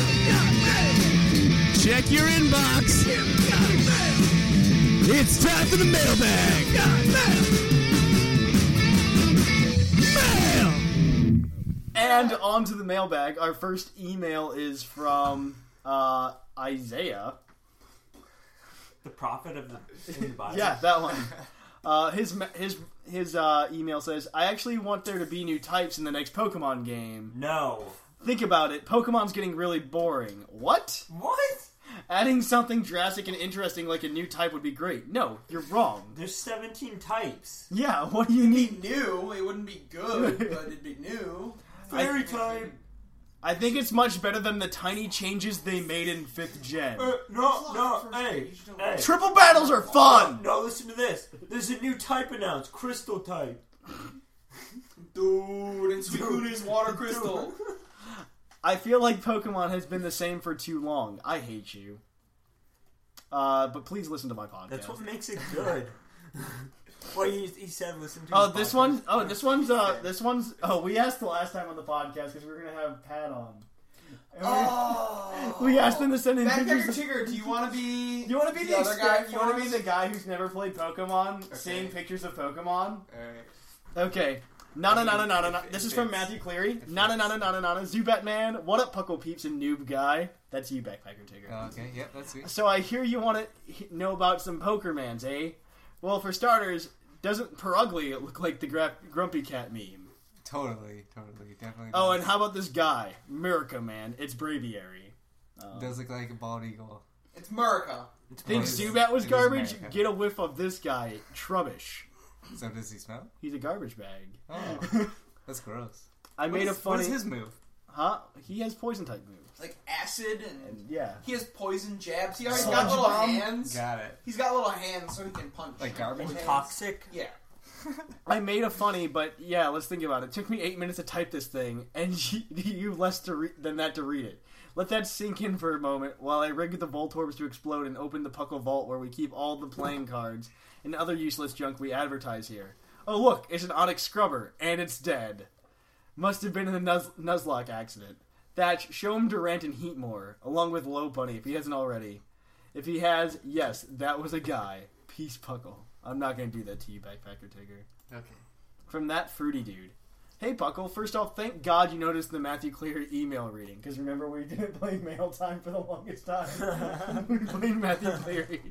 D: Check your inbox. It's time for the mailbag. Mail.
C: And on to the mailbag. Our first email is from uh, Isaiah.
A: The prophet of the, in the Bible.
C: Yeah,
B: [LAUGHS]
C: that one. Uh, his ma- his his uh, email says, "I actually want there to be new types in the next Pokemon game.
A: No.
C: Think about it. Pokemon's getting really boring. What?
A: What?
C: Adding something drastic and interesting like a new type would be great. No, you're wrong.
A: There's 17 types.
C: Yeah, [LAUGHS] what do you need?
B: New, it wouldn't be good, but it'd be new.
A: Fairy type.
C: I think it's much better than the tiny changes they made in fifth gen.
A: Uh, no, no, hey, hey.
C: Triple battles are fun.
A: No, listen to this. There's a new type announced. Crystal type.
B: Dude, and Suicune is water crystal.
C: I feel like Pokemon has been the same for too long. I hate you. Uh, but please listen to my podcast.
A: That's what makes it
B: [LAUGHS]
A: good. well, he, he said listen to
C: Oh,
A: his
C: this
A: podcast.
C: one. Oh, this one's. Uh, this one's. Oh, we asked the last time on the podcast because we were gonna have Pat on. And we-
B: Oh.
C: we, asked him to send in
B: Backpacker
C: pictures. Of,
B: Tigger, do you want to be?
C: [LAUGHS] you want to be the,
B: other guy?
C: expert- You want to be the guy who's never played Pokemon, seeing pictures of Pokemon.
F: Alright.
C: Okay. Nana nana nana nana.
F: If-
C: This
F: if
C: is from
F: it's-
C: Matthew Cleary. Nana nana nana nana. Zubat man. What up, Puckle peeps and noob guy? That's you, Backpacker Tigger.
F: Oh, okay, yep, that's sweet.
C: So I hear you want to know about some Pokermans, eh? Well, for starters, doesn't Perugly look like the gra- Grumpy Cat meme?
F: Totally, totally, definitely.
C: Oh,
F: does.
C: and how about this guy, Murica Man? It's Braviary.
F: does look like a bald eagle.
B: It's Murica.
C: Think
F: It is-
C: Zubat was
F: it is
C: garbage?
F: America.
C: Get a whiff of this guy, Trubbish.
F: So does he smell?
C: He's a garbage bag.
F: Oh, that's gross.
C: I made a
F: What
C: funny.
F: is his move?
C: Huh? He has poison type moves.
B: Like acid and,
C: Yeah.
B: he has poison jabs. He already
C: Sludge
B: got little
C: bomb.
B: hands.
F: Got it.
B: He's got little hands so he can punch.
F: Like garbage
B: Little hands.
A: Toxic.
B: Yeah.
C: I made a funny, but yeah, let's think about it. It took me eight minutes to type this thing, and [LAUGHS] you, you less to re- than that to read it. Let that sink in for a moment while I rig the Voltorbs to explode and open the Puckle Vault where we keep all the playing cards and other useless junk we advertise here. Oh, look, it's an Onyx Scrubber, and it's dead. Must have been in a Nuz- Nuzlocke accident. Thatch, show him Durant and Heatmore, along with Low Bunny if he hasn't already. If he has, yes, that was a guy. Peace, Puckle. I'm not going to do that to you, Backpacker Tigger
F: Okay.
C: from that fruity dude. Hey, Buckle, first off, thank God you noticed the Matthew Cleary email reading, because remember we [LAUGHS] didn't play mail time for the longest time.
B: [LAUGHS]
C: we played Matthew Cleary.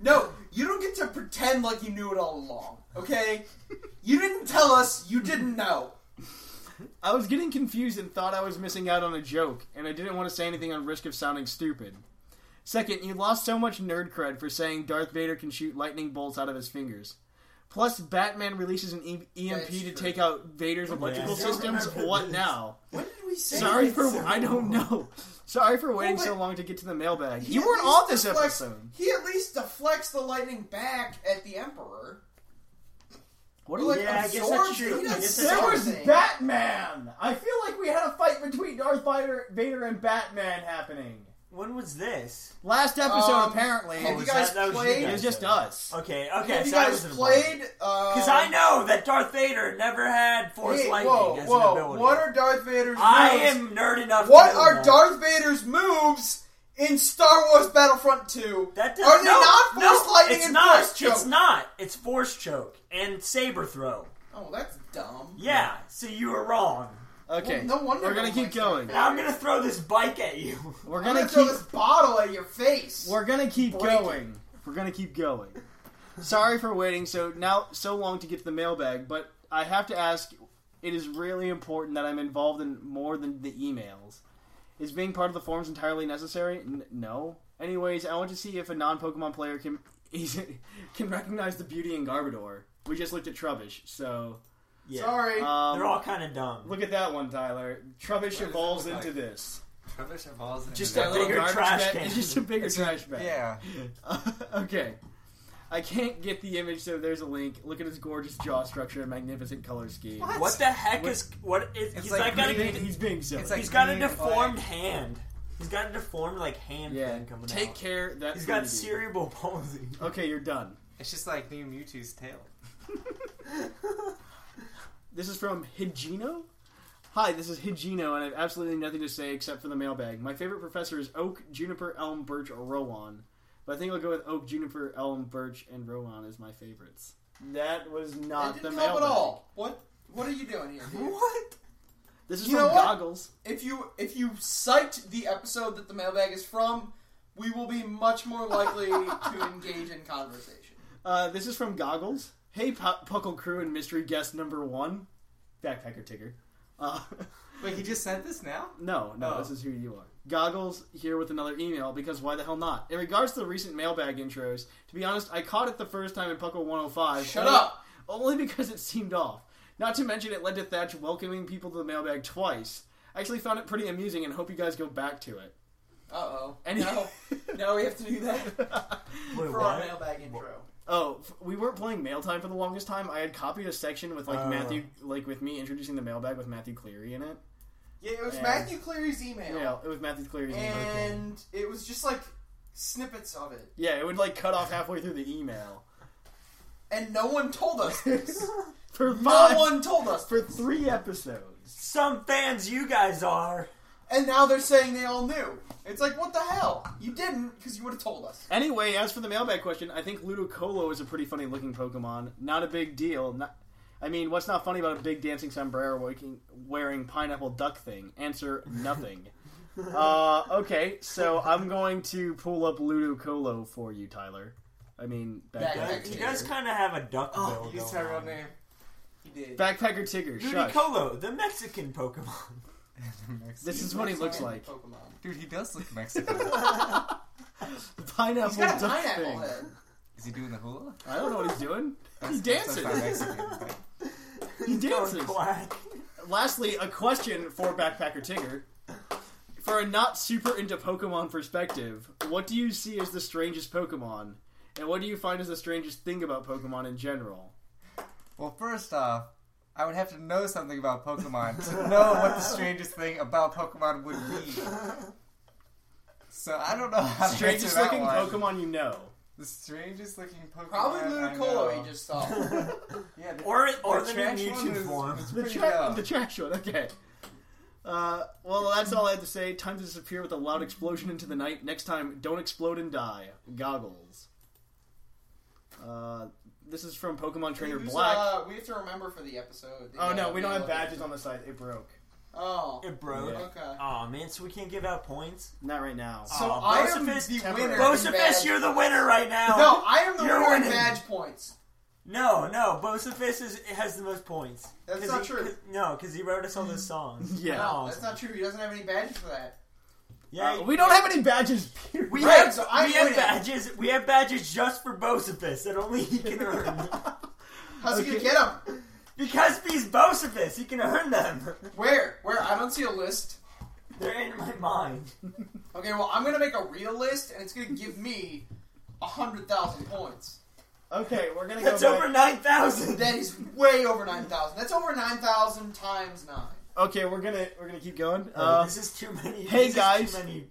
B: No, you don't get to pretend like you knew it all along. Okay, you didn't tell us. You didn't know.
C: I was getting confused and thought I was missing out on a joke, and I didn't want to say anything on risk of sounding stupid. Second, you lost so much nerd cred for saying Darth Vader can shoot lightning bolts out of his fingers. Plus, Batman releases an e- EMP
B: That's
C: to
B: true. Oh,
C: take out Vader's electrical
A: don't
B: [LAUGHS]
C: systems. What now?
B: When did we say?
C: Sorry
B: that?
C: for I don't know. Sorry for waiting so
B: wait.
C: long to get to the mailbag.
B: He
C: You
B: at
C: weren't
B: least
C: on this
B: deflects-
C: episode.
B: He at least deflects the lightning back at the Emperor.
C: What
B: Like,
A: Yeah, I guess that's
B: absorbs
A: true.
B: it. He
A: I guess
B: doesn't
A: that's
B: say
A: true.
B: anything.
C: Batman. I feel like we had a fight between Darth Vader, Vader and Batman happening.
A: When was this?
C: Last episode,
B: Um,
C: apparently.
B: have you
A: was
B: guys
A: Oh, that- that was you
B: played?
C: it
A: guys.
C: was just us.
A: Okay, okay.
B: Have
A: so
B: you
A: I
B: guys
A: was
B: played? uh, Because
A: Because I know that Darth Vader never had Force
B: Wait,
A: Lightning
B: whoa,
A: as
B: whoa!
A: an ability.
B: What are Darth Vader's?
A: I
B: moves?
A: am nerd enough.
B: What
A: to know
B: are
A: that.
B: Darth Vader's moves in Star Wars Battlefront Two?
A: That does,
B: are they
A: no,
B: not force
A: no,
B: lightning
A: it's
B: and
A: not,
B: force choke?
A: It's not. It's force choke and saber throw.
B: Oh, that's dumb.
A: Yeah. So you were wrong.
C: Okay.
B: Well, no wonder
C: we're gonna
B: no one
C: keep
B: likes Darth
C: going.
A: Now I'm gonna throw this bike at you. [LAUGHS]
C: We're
B: I'm
C: gonna,
B: gonna, throw
C: keep.
B: this bottle at your face.
C: We're gonna keep
B: Break it.
C: going. We're gonna keep going. Sorry for waiting so now so long to get to the mailbag, but I have to ask. It is really important that I'm involved in more than the emails. Is being part of the forums entirely necessary? N- no. Anyways, I want to see if a non-Pokemon player can [LAUGHS] can recognize the beauty in Garbodor. We just looked at Trubbish, so
A: Yeah.
B: Sorry.
C: um,
A: They're all kind of dumb.
C: look at that one, Tyler. Trubbish
F: it
C: evolves
F: look like?
C: into this.
F: Rubbish evolves into
C: Just
F: that.
C: a bigger
A: garbage
C: trash
A: bag.
C: can. [LAUGHS] Just a bigger trash bag.
F: Yeah.
C: [LAUGHS] okay. I can't get the image, so there's a link. Look at his gorgeous jaw structure and magnificent color scheme.
A: What the heck is what is
F: It's
A: he's
F: like
A: like got
F: reading-
A: a,
C: He's being silly.
F: It's like
A: he's got a
F: reading a
A: deformed
F: flag.
A: hand. He's got a deformed like hand
C: yeah.
A: thing coming
C: Take
A: out.
C: care. That
A: He's got
C: nudity.
A: cerebral palsy.
C: Okay, you're done.
F: It's just like new Mewtwo's tail.
C: This is from Higino. Hi, this is Higino, and I have absolutely nothing to say except for the mailbag. My favorite professor is Oak, Juniper, Elm, Birch, or Rowan. But I think I'll go with Oak, Juniper, Elm, Birch, and Rowan as my favorites. That was
B: That
C: not the
B: didn't
C: mailbag.
B: help at all. What? What are you doing here?
A: [LAUGHS]
B: Dude?
A: What?
C: This is
B: You know
C: from
B: what?
C: Goggles.
B: If you if you cite the episode that the mailbag is from, we will be much
A: [LAUGHS]
B: more likely to engage in conversation.
C: Uh, this is from Goggles. Hey, Pu- Puckle Crew and mystery guest number one, Backpacker Tigger. Uh,
F: Wait, he just sent this now?
C: no, no,
B: Oh.
C: this is who you are. Goggles here with another email because why the hell not? In regards to the recent mailbag intros, to be honest, I caught it the first time in Puckle 105.
B: Shut
C: only-
B: up.
C: Only because it seemed off. Not to mention, it led to Thatch welcoming people to the mailbag twice. I actually found it pretty amusing and hope you guys go back to it.
B: Uh oh.
C: Any-
B: No, no, we have to
A: [LAUGHS]
B: do that
C: [LAUGHS]
A: Wait,
B: for our
A: what?
B: mailbag intro.
C: Oh, f- we weren't playing mail time for the longest time. I had copied a section with like
B: Uh.
A: Oh.
C: Matthew, like with me introducing the mailbag with Matthew Cleary in it.
B: Yeah, it was
C: Yeah.
B: Matthew Cleary's email.
C: Yeah, it was Matthew Cleary's email.
B: and it was just like snippets of it,
C: Yeah, it would like cut off halfway through
B: [LAUGHS]
C: the email.
B: and no one told us this.
C: For
B: no
C: five,
B: one told us,
C: for three episodes.
A: Some fans you guys are.
B: and now they're saying they all knew. It's like, what the hell? You didn't because you would have told us.
C: Anyway, as for the mailbag question, I think Ludicolo is a pretty funny looking Pokemon. Not a big deal. Not, I mean, what's not funny about a big dancing sombrero waking, wearing pineapple duck thing? Answer: nothing. uh, okay, so I'm going to pull up Ludicolo for you, Tyler. I mean,
B: Backpack
C: backpacker,
A: You guys
B: Tigger.
A: kind of have a duck [LAUGHS]
F: Oh,
A: bill.
F: use
A: going
F: my real
A: on.
F: name.
B: You did.
C: backpacker Tigger. Shush.
A: Ludicolo, the Mexican Pokemon.
C: This is what he looks like.
B: Pokemon.
F: Dude, he does look
C: [LAUGHS]
F: Mexican.
C: Pineapple
B: He's got a
C: duck
B: pineapple
C: thing.
B: head.
F: is he doing the hula?
C: I don't know what he's doing. He's
F: That's
C: [LAUGHS] dancing.
F: not Mexican, but-
C: He dances.
A: Quack.
C: lastly, a question for Backpacker Tigger. For a not super into Pokemon perspective, what do you see as the strangest Pokemon? And what do you find is the strangest thing about Pokemon in general?
F: Well, first off, I would have to know something about Pokemon to know what the strangest thing about Pokemon would be. So I don't know how to
C: Strangest
F: answer that
C: looking
F: one.
C: Pokemon you know.
F: The strangest looking Pokemon.
B: Probably
F: I
B: Ludicolo
F: know.
B: he just saw.
F: yeah, the,
A: Or or
F: the
A: the
F: trash
A: new
F: one
A: YouTube
F: is-
A: form. [LAUGHS]
F: [LAUGHS] is
C: The
F: pretty
C: trash,
F: dumb.
C: the trash one, okay. Uh, well, that's all I had to say. Time to disappear with a loud explosion into the night. Next time, don't explode and die. Goggles. Uh, this is from Pokemon Trainer
B: Who's,
C: Black.
B: uh, we have to remember for the episode.
C: oh,
B: Yeah,
C: no, we don't
B: yeah,
C: have
B: like-
C: badges on the site. It broke.
B: Oh,
A: It broke.
C: Yeah.
B: okay.
A: Aw man, so we can't give out points.
C: Not right now.
B: So
A: Aw,
B: I
A: Bosa
B: am
A: Fist-
B: the
C: Temporary.
B: winner. in
A: Bosa Fist,
B: badge-
A: you're the winner right now.
B: No, I am the
A: You're
B: winner in
A: winning.
B: badge points.
A: No, no, Bosa Fist is, has the most points.
B: That's
A: 'Cause
B: not
A: he-
B: true.
A: 'cause- no, because he wrote us all those songs.
C: [LAUGHS] Yeah.
B: No,
A: Aw,
B: that's not true. He doesn't have any badges for that.
A: Yeah,
C: Uh, we don't have any badges, [LAUGHS] period.
A: we
B: Right,
A: have,
B: so I
A: we have
B: win.
A: badges. We have badges just for Bosipus that only he can earn.
B: [LAUGHS] How's he gonna get them?
A: because he's Bosipus, he can earn them. [LAUGHS]
B: Where? Where? I don't see a list.
A: They're in my mind.
B: Okay, well, I'm gonna make a real list, and it's gonna give me a hundred thousand points.
C: Okay, we're gonna
A: That's
C: go
A: over
C: back.
A: nine thousand. [LAUGHS]
B: That is way over nine thousand. That's over nine thousand times nine.
C: Okay, we're gonna we're gonna keep going. Uh,
A: this is too many.
C: hey,
A: this
C: guys.
A: is too many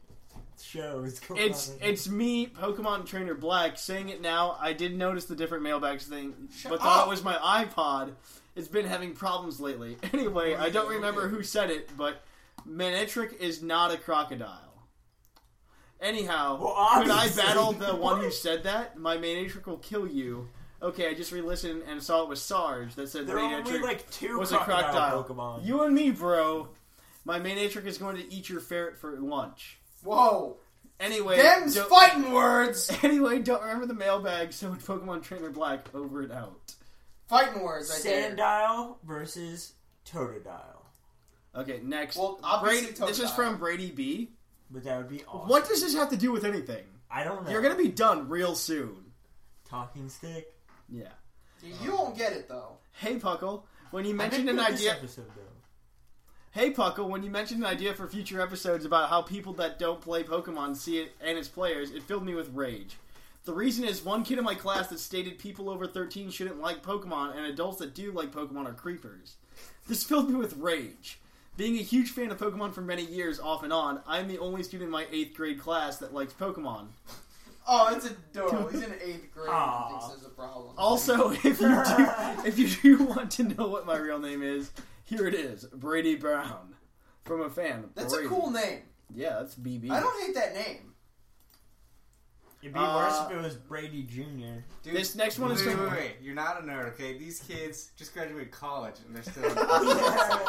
A: shows. Going
C: it's
A: on right
C: it's me, Pokemon Trainer Black, saying it now. I did notice the different mailbags thing, but
B: up.
C: thought it was my iPod. It's been having problems lately. [LAUGHS] Anyway, I don't remember who said it, but Manetric is not a crocodile. Anyhow,
A: Well,
C: could I
A: obviously.
C: battle
A: [LAUGHS]
C: the one who said that? My Manetric will kill you. Okay, I just re-listened and saw it was Sarge that said
A: There are only
C: Manetric
A: like two
C: was a
A: crocodile,
C: crocodile.
A: Pokemon.
C: You and me, bro. My Manetric is going to eat your ferret for lunch.
B: Whoa!
C: Anyway,
B: Them's
C: don't-
B: fighting words.
C: [LAUGHS] Anyway, don't remember the mailbag, so it's Pokemon Trainer Black over and out.
B: Fighting words. Right there.
A: Sandile versus Totodile.
C: Okay, next.
B: Well, obviously
C: Brady- this is
B: Totodile.
C: from Brady B.
A: But that would be awesome.
C: What does this have to do with anything?
A: I don't know.
C: You're gonna be done real soon.
A: talking stick.
C: Yeah.
B: You won't get it though.
C: Hey Puckle, when you
A: I
C: mentioned
A: think
C: an
A: that this
C: idea,
A: Episode, though.
C: hey Puckle, when you mentioned an idea for future episodes about how people that don't play Pokemon see it and its players, it filled me with rage. The reason is one kid in my class that stated people over 13 shouldn't like Pokemon and adults that do like Pokemon are creepers. This filled me with rage. Being a huge fan of Pokemon for many years, off and on, I am the only student in my 8th grade class that likes Pokemon.
B: Oh, that's adorable. He's in eighth grade.
A: Aw.
B: and thinks there's a problem.
C: Oh, Also, [LAUGHS] if you
B: [LAUGHS]
C: do, if you do want to know what my real name is, here it is Brady Brown. From a fan.
B: That's a
C: Brady.
B: cool name.
C: Yeah, that's BB.
B: I don't hate that name.
A: It'd be
C: Uh,
A: worse if it was Brady Jr.
F: Dude,
C: This next one is
F: wait,
C: from-
F: wait, wait. You're not a nerd, okay? These kids just graduated college and they're still. Yeah.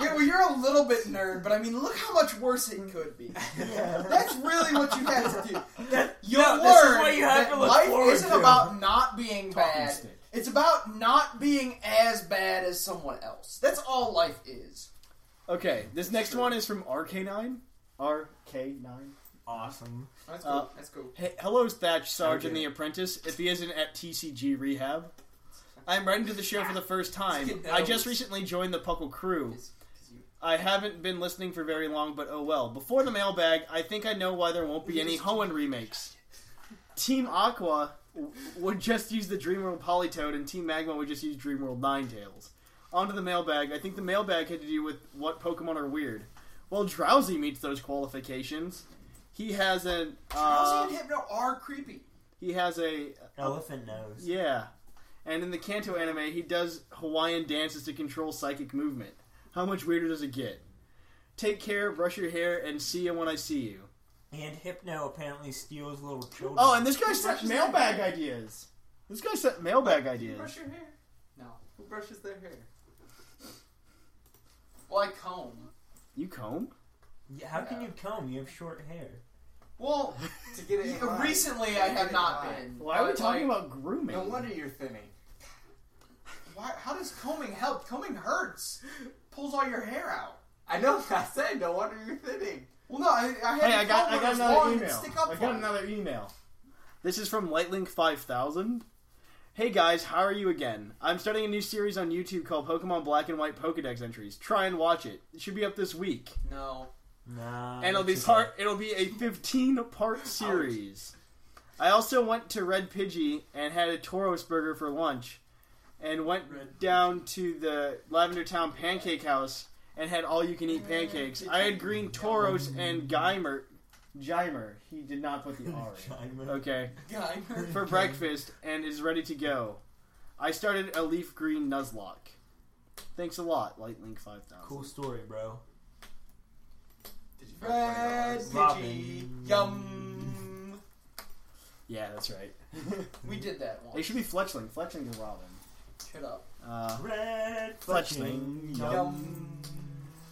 B: Yeah, well, you're a little bit nerd, but I mean, look how much worse it could
A: [LAUGHS]
B: be. That's really what you have to do. You'll
A: no,
B: learn
A: this is what you have
B: that
A: to look
B: life
A: forward
B: isn't
A: to.
B: about not being bad.
C: stick.
B: It's about not being as bad as someone else. That's all life is.
C: Okay, this next one is from RK9. RK9.
A: Awesome.
B: That's
C: cool.
B: That's cool.
C: Hey, hello, Thatch Sarge and
A: Okay.
C: the Apprentice. If he isn't at TCG Rehab, I'm writing to the show for
B: [LAUGHS]
C: the first time.
B: Get
C: I
B: those.
C: just recently joined the Puckle crew. I haven't been listening for very long, but oh well. Before the mailbag, I think I know why there won't be any Hoenn remakes. Team Aqua w- would just use the Dreamworld Politoed, and Team Magma would just use Dreamworld Ninetales. Onto the mailbag. I think the mailbag had to do with what Pokemon are weird. Well, Drowsy meets those qualifications. He has an. Uh,
B: Rousey and Hypno are creepy.
C: he has a
A: Elephant nose.
C: yeah, and in the Kanto anime, he does Hawaiian dances to control psychic movement. How much weirder does it get? Take care, brush your hair, and see you when I see you.
A: And Hypno apparently steals little children.
C: Oh, and this guy sent
B: brushes
C: mailbag
B: their hair?
C: ideas. This guy sent mailbag ideas.
F: Brush your hair.
B: No.
F: Who brushes their hair?
B: Well, I comb.
C: You comb?
A: Yeah, How can you comb? You have short hair. [LAUGHS]
B: Well,
F: To get it. in line.
B: recently I have not been.
C: Why are we
B: but,
C: talking
B: like,
C: about grooming?
F: No wonder you're thinning.
B: Why, how does combing help? Combing hurts. Pulls all your hair out.
F: I know. [LAUGHS] I said no wonder you're thinning.
B: Well, no, I, I had
C: hey,
B: to
C: I
B: comb
C: got I
B: when it
C: got
B: was long
C: another
B: and
C: email.
B: Stick up
C: I
B: for
C: got
B: it.
C: another email. This is from Lightlink five thousand. Hey guys, how are you again? I'm starting a new series on YouTube called Pokemon Black and White Pokedex Entries. Try and watch it. It should be up this week.
B: No.
A: Nah,
C: and it'll be
A: that's
C: part. It'll be a 15 part series. I also went to Red Pidgey and had a Toros burger for lunch, and went down to the Lavender Town Pancake House and had all you can eat pancakes. I had green Toros and Geimer. Geimer. He did not put the R.
A: [LAUGHS] okay.
C: in. [LAUGHS] Okay.
F: [LAUGHS]
B: Geimer.
C: For breakfast and is ready to go. I started a leaf green Nuzlocke. Thanks a lot, Lightlink Five Thousand.
A: Cool story, bro.
B: Did you Red Pidgey.
A: Robin.
B: Yum.
C: Yeah, that's right.
B: We did that
C: They
B: one.
C: should be Fletchling. Fletchling is Robin.
B: Shut up.
C: Uh,
A: Red
B: [LAUGHS]
C: Fletchling.
B: Yum.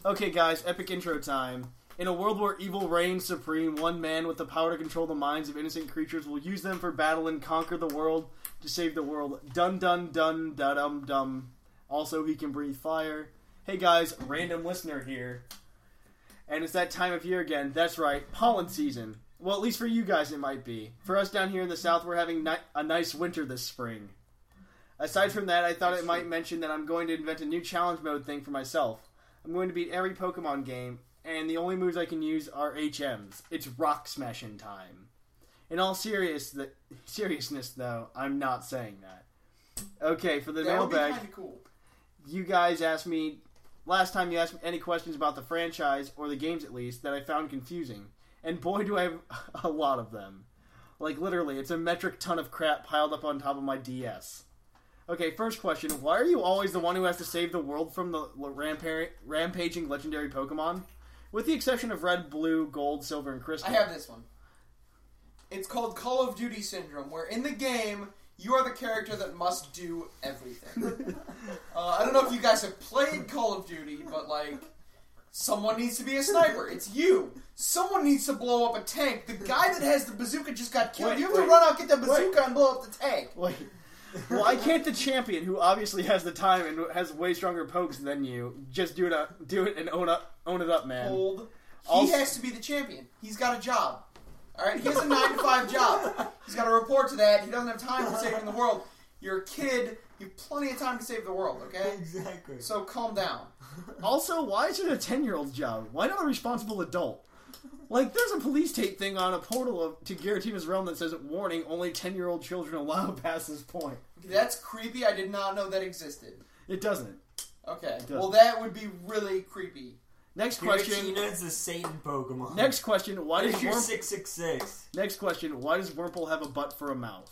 C: Okay, guys, epic intro time. In a world where evil reigns supreme, one man with the power to control the minds of innocent creatures will use them for battle and conquer the world to save the world. Dun dun dun da dum dum. Also, he can breathe fire. Hey guys, random listener here. And it's that time of year again. That's right, pollen season. Well, at least for you guys, it might be. For us down here in the south, we're having ni- a nice winter this spring. Aside from that, I thought it might mention that I'm going to invent a new challenge mode thing for myself. I'm going to beat every Pokemon game, and the only moves I can use are HMs. It's rock smashing time. In all serious th- [LAUGHS] seriousness, though, I'm not saying that. Okay, for the
B: That would be
C: mailbag
B: kind of cool.
C: you guys asked me last time you asked me any questions about the franchise or the games at least that I found confusing. And boy do I have [LAUGHS] a lot of them. Like literally, it's a metric ton of crap piled up on top of my DS. Okay, first question, why are you always the one who has to save the world from the l- rampa- rampaging legendary Pokemon? With the exception of red, blue, gold, silver, and crystal.
B: I have this one. It's called Call of Duty Syndrome, where in the game, you are the character that must do
C: [LAUGHS]
B: everything. uh, I don't know if you guys have played Call of Duty, but like. Someone needs to be a sniper. It's you. Someone needs to blow up a tank. The guy that has the bazooka just got killed.
C: Wait,
B: you have to
C: wait.
B: run out, get the bazooka, and blow up the tank.
C: Like, why can't the champion, who obviously has the time and has way stronger pokes than you, just do it? Up, do it and own up, own it up, man.
B: old. He
C: Also-
B: has to be the champion. He's got a job. All right, he has a nine to five job. He's got to report to that. He doesn't have time for saving the world. You're a kid. You have plenty of time to save the world. Okay,
A: Exactly.
B: so calm down.
C: Also, why is it a ten-year-old job? Why not a responsible adult? Like, there's a police tape thing on a portal of, to Giratina realm that says, "Warning: Only ten-year-old children allowed past this point."
B: That's creepy. I did not know that existed.
C: It doesn't.
B: Okay,
C: doesn't.
B: well that would be really creepy.
C: Next question.
A: Giratina is a Satan Pokemon. [LAUGHS]
C: Next question. Why does
A: There's your
C: Wurmple,
A: six six six.
C: next question? Why does Wurmple have a butt for a mouth?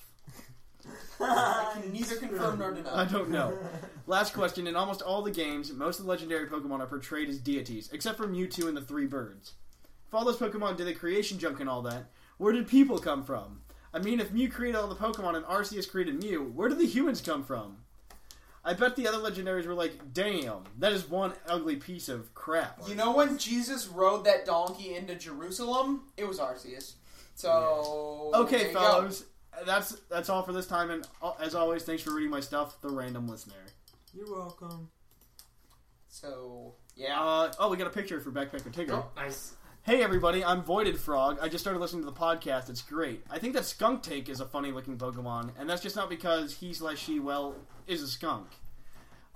B: I can neither confirm nor
C: I
B: deny.
C: don't know. Last question. In almost all the games, most of the legendary Pokemon are portrayed as deities, except for Mewtwo and the three birds. If all those Pokemon did the creation junk and all that, where did people come from? I mean, if Mew created all the Pokemon and Arceus created Mew, where did the humans come from? I bet the other legendaries were like, damn, that is one ugly piece of crap.
B: You know when Jesus rode that donkey into Jerusalem? It was Arceus. So there
C: okay,
B: you go.
C: fellas, that's that's all for this time, and uh, as always, thanks for reading my stuff, the random listener.
A: You're welcome.
B: So yeah. Oh,
C: Uh, oh, we got a picture for Backpacker Tigger.
A: Nice.
C: Hey everybody, I'm Voided Frog. I just started listening to the podcast. It's great. I think that Skunk Tank is a funny looking Pokemon, and that's just not because he slash she well is a skunk.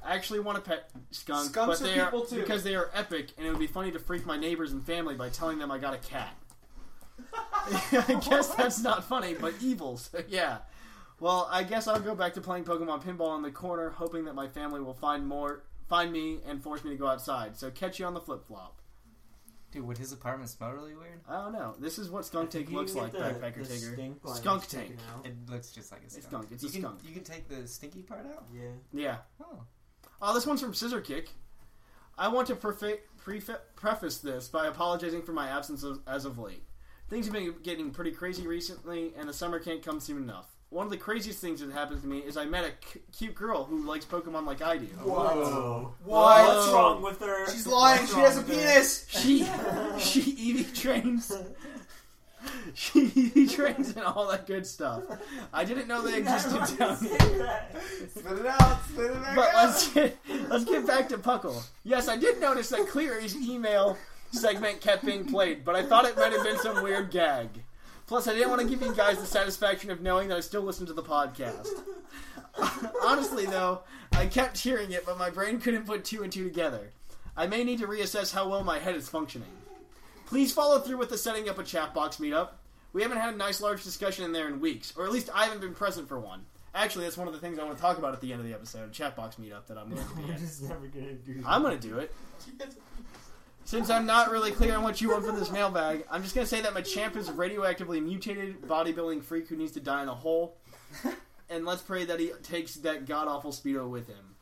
C: I actually want to pet skunk,
B: Skunks
C: but
B: are
C: they are,
B: people, too.
C: because they are epic, and it would be funny to freak my neighbors and family by telling them I got a cat. [LAUGHS] I guess
B: [LAUGHS]
C: that's not funny, but evil. So yeah. Well, I guess I'll go back to playing Pokemon Pinball in the corner, hoping that my family will find more, find me, and force me to go outside. So catch you on the flip flop.
F: Dude, would his apartment smell really weird?
C: I don't know. This is what skunk tank
A: You
C: looks
A: can
C: like,
A: get the-
C: backpacker
A: the
C: Tigger.
A: stink lines
C: Skunk
A: taken
C: tank.
A: out.
F: It looks just like a skunk.
C: skunk. It's
F: you
C: a
F: can,
C: skunk.
F: You can take the stinky part out.
A: Yeah.
C: Yeah.
F: Oh.
C: Oh, this one's from Scissor Kick. I want to prefa- prefa- preface this by apologizing for my absence of, as of late. Things have been getting pretty crazy recently, and the summer can't come soon enough. One of the craziest things that happened to me is I met a c- cute girl who likes Pokemon like I do.
A: Whoa.
B: What?
A: What's wrong with her?
B: She's lying.
A: What's
B: She has a
A: wrong with her?
B: penis.
C: She [LAUGHS] she EV trains. She EV trains and all that good stuff. I didn't know they existed down here.
B: Spit it out. Spit it back
C: But let's get, let's get back to Puckle. Yes, I did notice that Cleary's email segment kept being played, but I thought it might have been some weird gag. Plus, I didn't want to give you guys the satisfaction of knowing that I still listen to the podcast. Honestly, though, I kept hearing it, but my brain couldn't put two and two together. I may need to reassess how well my head is functioning. Please follow through with the setting up a chat box meetup. We haven't had a nice large discussion in there in weeks, or at least I haven't been present for one. Actually, that's one of the things I want to talk about at the end of the episode, a chat box meetup that I'm going to
A: [LAUGHS]
C: be
A: I'm
C: at.
A: just never gonna do that.
C: I'm going to do it. Since I'm not really clear on what you want from this mailbag, I'm just going to say that my champ is a radioactively mutated bodybuilding freak who needs to die in a hole. And let's pray that he takes that god awful Speedo with him.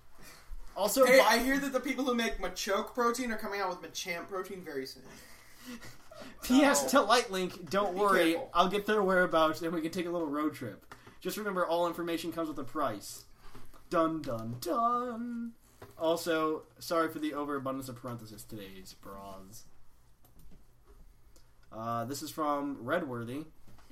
C: Also,
B: Hey,
C: bo-
B: I hear that the people who make Machoke protein are coming out with Machamp protein very soon.
C: P.S. to Lightlink, don't worry,
B: careful.
C: I'll get their whereabouts and we can take a little road trip. Just remember, all information comes with a price. Dun dun dun. Also, sorry for the overabundance of parentheses today's bras. Uh, this is from Redworthy.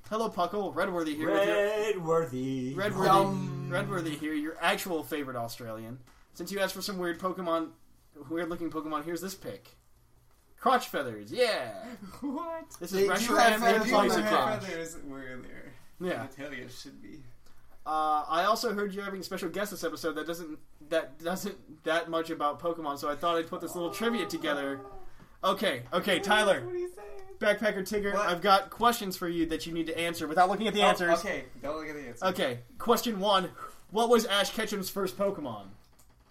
C: Hello, Puckle. Redworthy here. with your-
A: Redworthy.
C: Redworthy,
B: Yum.
C: Redworthy here, your actual favorite Australian. Since you asked for some weird Pokemon, weird looking Pokemon, here's this pick. Crotch feathers, yeah.
F: [LAUGHS] What?
C: This
B: They
C: is
B: do
C: Reshiram
B: have
C: and
B: feathers on their
C: Flycrotch.
B: head.
F: Feathers were in there.
C: Yeah.
F: Genitalia should be.
C: Uh, I also heard you having a special guest this episode that doesn't that doesn't that much about Pokemon, so I thought I'd put this little trivia together. Okay, okay, Tyler,
F: What are you saying?
C: Backpacker Tigger,
F: What?
C: I've got questions for you that you need to answer without looking at the answers.
F: Oh, okay, don't look at the answer.
C: Okay, question one: What was Ash Ketchum's first Pokemon?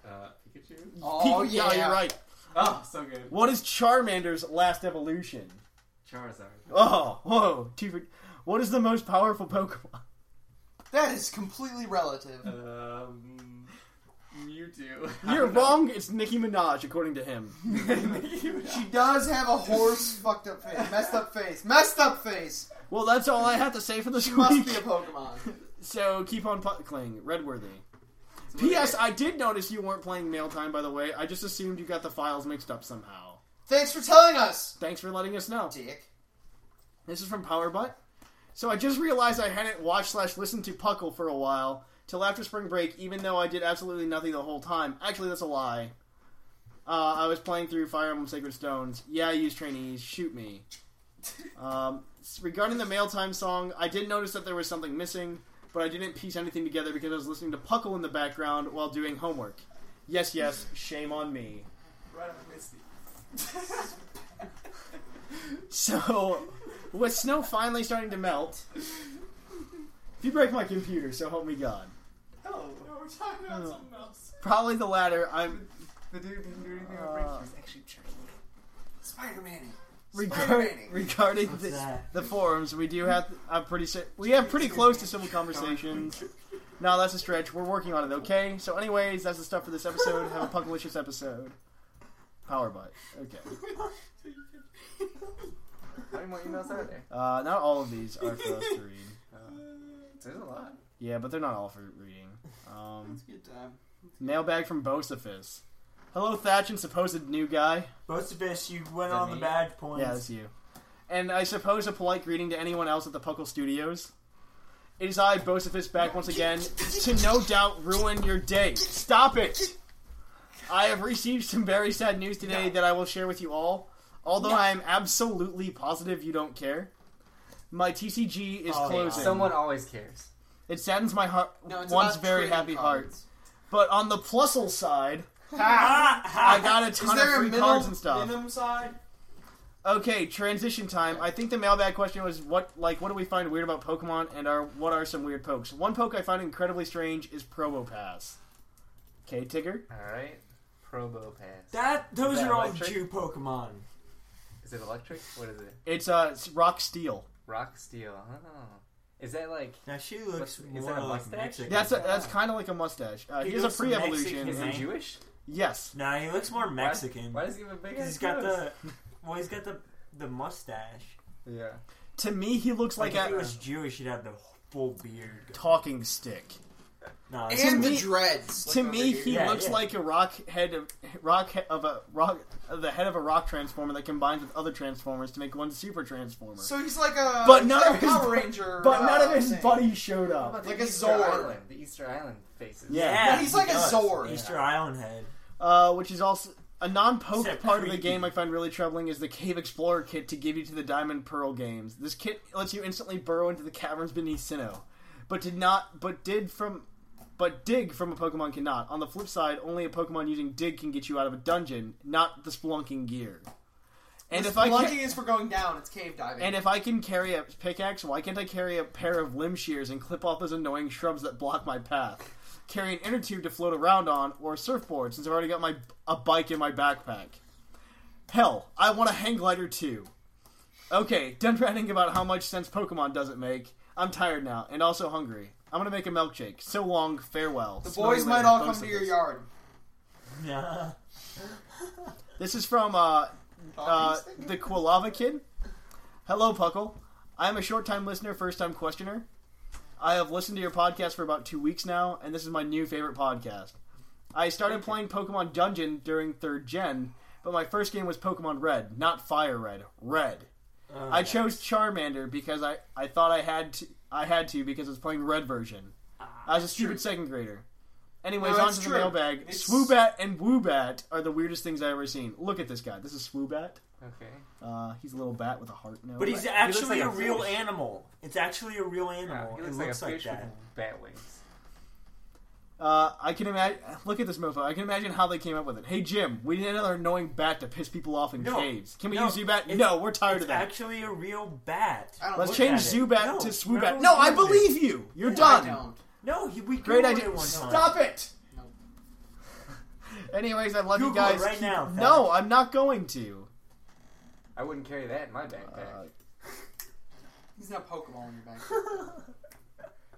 F: Uh, Pikachu?
B: Oh,
C: Pe- yeah, you're right.
F: Oh, so good.
C: What is Charmander's last evolution?
F: Charizard.
C: Oh, whoa, two for- What is the most powerful
B: [LAUGHS]
C: Pokemon?
B: That is completely relative.
F: Uh, Um, Mewtwo.
C: You're wrong. It's Nicki Minaj, according to him.
B: [LAUGHS] She does have a
C: [LAUGHS]
B: horse fucked up face. Messed up face. Messed up face.
C: Well, that's all I have to say for this
B: Must
C: week.
B: be a Pokemon.
C: So keep on puckling, Redworthy. P.S. I did notice you weren't playing Mail Time, by the way. I just assumed you got the files mixed up somehow.
B: Thanks for telling us,
C: Thanks for letting us know.
B: Dick.
C: This is from Powerbutt. So I just realized I hadn't watched slash listened to Puckle for a while till after spring break, even though I did absolutely nothing the whole time. Actually, that's a lie. Uh, I was playing through Fire Emblem Sacred Stones. Yeah, I use trainees. Shoot me. Um, s- regarding the mail time song, I did notice that there was something missing, but I didn't piece anything together because I was listening to Puckle in the background while doing homework. Yes, yes, shame on me.
F: Right up Misty.
C: So, with snow finally starting to melt, if you break my computer, so help me God.
F: Oh, no, we're talking about something else.
C: Probably the latter. I'm
F: The dude didn't do anything on break. He was actually training. Spider-Man.
C: regard, regarding
A: What's
C: the,
A: that?
C: the forums. We do have. I'm pretty. si- We have pretty close to civil conversations. No, that's a stretch. We're working on it. Okay. So, anyways, that's the stuff for this episode. Have a punkalicious episode. Power butt. Okay.
F: How many more emails [LAUGHS] are there?
C: Uh, not all of these are for us to read. Uh,
F: There's a lot.
C: Yeah, but they're not all for reading. Um,
F: Good time.
C: Mailbag from Bosifus. Hello, Thatch and supposed new guy.
A: Both of us, you went
F: that
A: on the
F: me?
A: bad
C: Yeah,
A: points.
C: that's you. And I suppose a polite greeting to anyone else at the Puckle Studios. It is I, Bosifus, back once again to no doubt ruin your day. Stop it! I have received some very sad news today that I will share with you all. Although I am absolutely positive you don't care, my TCG is
A: Oh,
C: closing.
F: Someone always cares.
C: It saddens my heart,
B: No, it's
C: once
B: about
C: very
B: trading
C: happy heart.
B: cards.
C: But on the
B: [LAUGHS]
C: plusle side,
A: Ah, ah,
C: I got a
B: Is
C: ton of
B: there a
C: free
B: middle,
C: cards and stuff.
B: minim side?
C: Okay, transition time. I think the mailbag question was what like what do we find weird about Pokemon and are what are some weird pokes? One poke I find incredibly strange is Probopass. Okay, Tigger?
F: All right. Probo Pass.
A: that those
F: Is that
A: are all
F: electric?
A: Jew Pokemon.
F: Is it electric? What is it?
C: It's uh it's rock steel.
F: Rock steel. Oh. Is that like
A: Now she looks
F: What's- is
A: more
F: that a
A: like
F: mustache?
A: Mexican.
C: That's a, that's kinda like a mustache. Uh,
A: He
C: he is a
A: looks
C: free evolution.
F: is
A: Mexican.
F: he
A: Mhm.
F: Jewish?
C: Yes.
A: no, he looks more Mexican.
F: Why, why does he have a big?
A: Because
F: ass
A: he's got
F: nose?
A: the well, he's got the the mustache.
F: yeah.
C: To me he looks
A: Like,
C: like,
A: if he
C: a
A: was Jewish, he'd have the full beard.
C: talking stick.
A: No, it's-
B: And
C: To
B: the
C: me-
B: dreads.
C: to
B: Like
C: me
B: over
C: he
B: here.
A: Yeah,
C: looks
A: yeah.
C: like a rock head of rock he- of a rock of the head of a rock transformer that combines with other transformers to make one super transformer.
B: So he's like a,
C: But
B: he's
C: none
B: like
C: of
B: a
C: his-
B: Power Ranger.
C: but
B: uh,
C: none of his
B: thing.
C: buddies showed
F: How
C: up.
F: about the
B: Like a
F: Easter
B: Zord.
F: Island? The Easter Island faces.
C: Yeah.
B: But he's like a
C: does.
B: Zord.
A: Easter Island head.
C: uh, which is also A non-poked
A: Except
C: part of the
A: creepy.
C: game I find really troubling is the Cave Explorer kit to give you to the Diamond Pearl games. This kit lets you instantly burrow into the caverns beneath Sinnoh, but did not, but did from, but dig from a Pokemon cannot. On the flip side, only a Pokemon using dig can get you out of a dungeon, not the spelunking gear. And if I
B: Lunking
C: ca-
B: is for going down. It's cave diving.
C: and if I can carry a pickaxe, why can't I carry a pair of limb shears and clip off those annoying shrubs that block my path? Carry an inner tube to float around on, or a surfboard, since I've already got my a bike in my backpack. Hell, I want a hang glider too. Okay, done ranting about how much sense Pokemon doesn't make. I'm tired now, and also hungry. I'm gonna make a milkshake. So long, farewell.
B: the
C: Smelly
B: boys might
C: later,
B: all
C: post
B: come to
C: of
B: your
C: this.
B: yard.
A: Nah.
C: This is from uh, uh,
B: Obviously.
C: the Quilava Kid. Hello, Puckle. I am a short time listener, first time questioner. I have listened to your podcast for about two weeks now, and this is my new favorite podcast. I started playing Pokemon Dungeon during third gen, but my first game was Pokemon Red, not Fire Red. Red.
B: Oh,
C: I chose Charmander because I, I thought I had to I had to because I was playing Red version. I was a stupid second grader. Anyways,
B: Ah, No,
C: on
B: it's
C: to the
B: true.
C: mailbag.
B: It's-
C: Swoobat and Woobat are the weirdest things I've ever seen. Look at this guy. This is Swoobat.
F: Okay.
C: Uh, he's a little bat with a heart nose.
A: But he's
F: He looks
A: actually a,
F: like a
A: real
F: fish.
A: animal. It's actually a real
F: Yeah,
A: animal.
F: he looks
A: it
F: like a
A: looks like
F: fish
A: that.
F: with bat wings.
C: Uh, I can imagine. Look at this mofo. I can imagine how they came up with it. Hey Jim, we need another annoying bat to piss people off in
A: No.
C: caves. Can we
A: No,
C: use Zubat?
A: it's-
C: No, we're tired
A: It's
C: of that.
A: actually a real bat.
B: I don't
C: Let's
B: look
C: change
B: at it.
C: Zubat
A: No,
C: to Swoobat.
A: everyone's
C: No, I
A: doing it.
C: believe you. You're
B: I
C: done.
B: don't.
A: No, he, we
C: Great
A: Googled
C: idea.
A: It one time.
C: Stop it. Anyways, I love you
A: Google it
C: guys.
A: right now, Pat.
C: no, I'm not going to.
F: I wouldn't carry that in my backpack.
C: Uh,
B: He's not Pokemon in your
C: [LAUGHS]
B: back.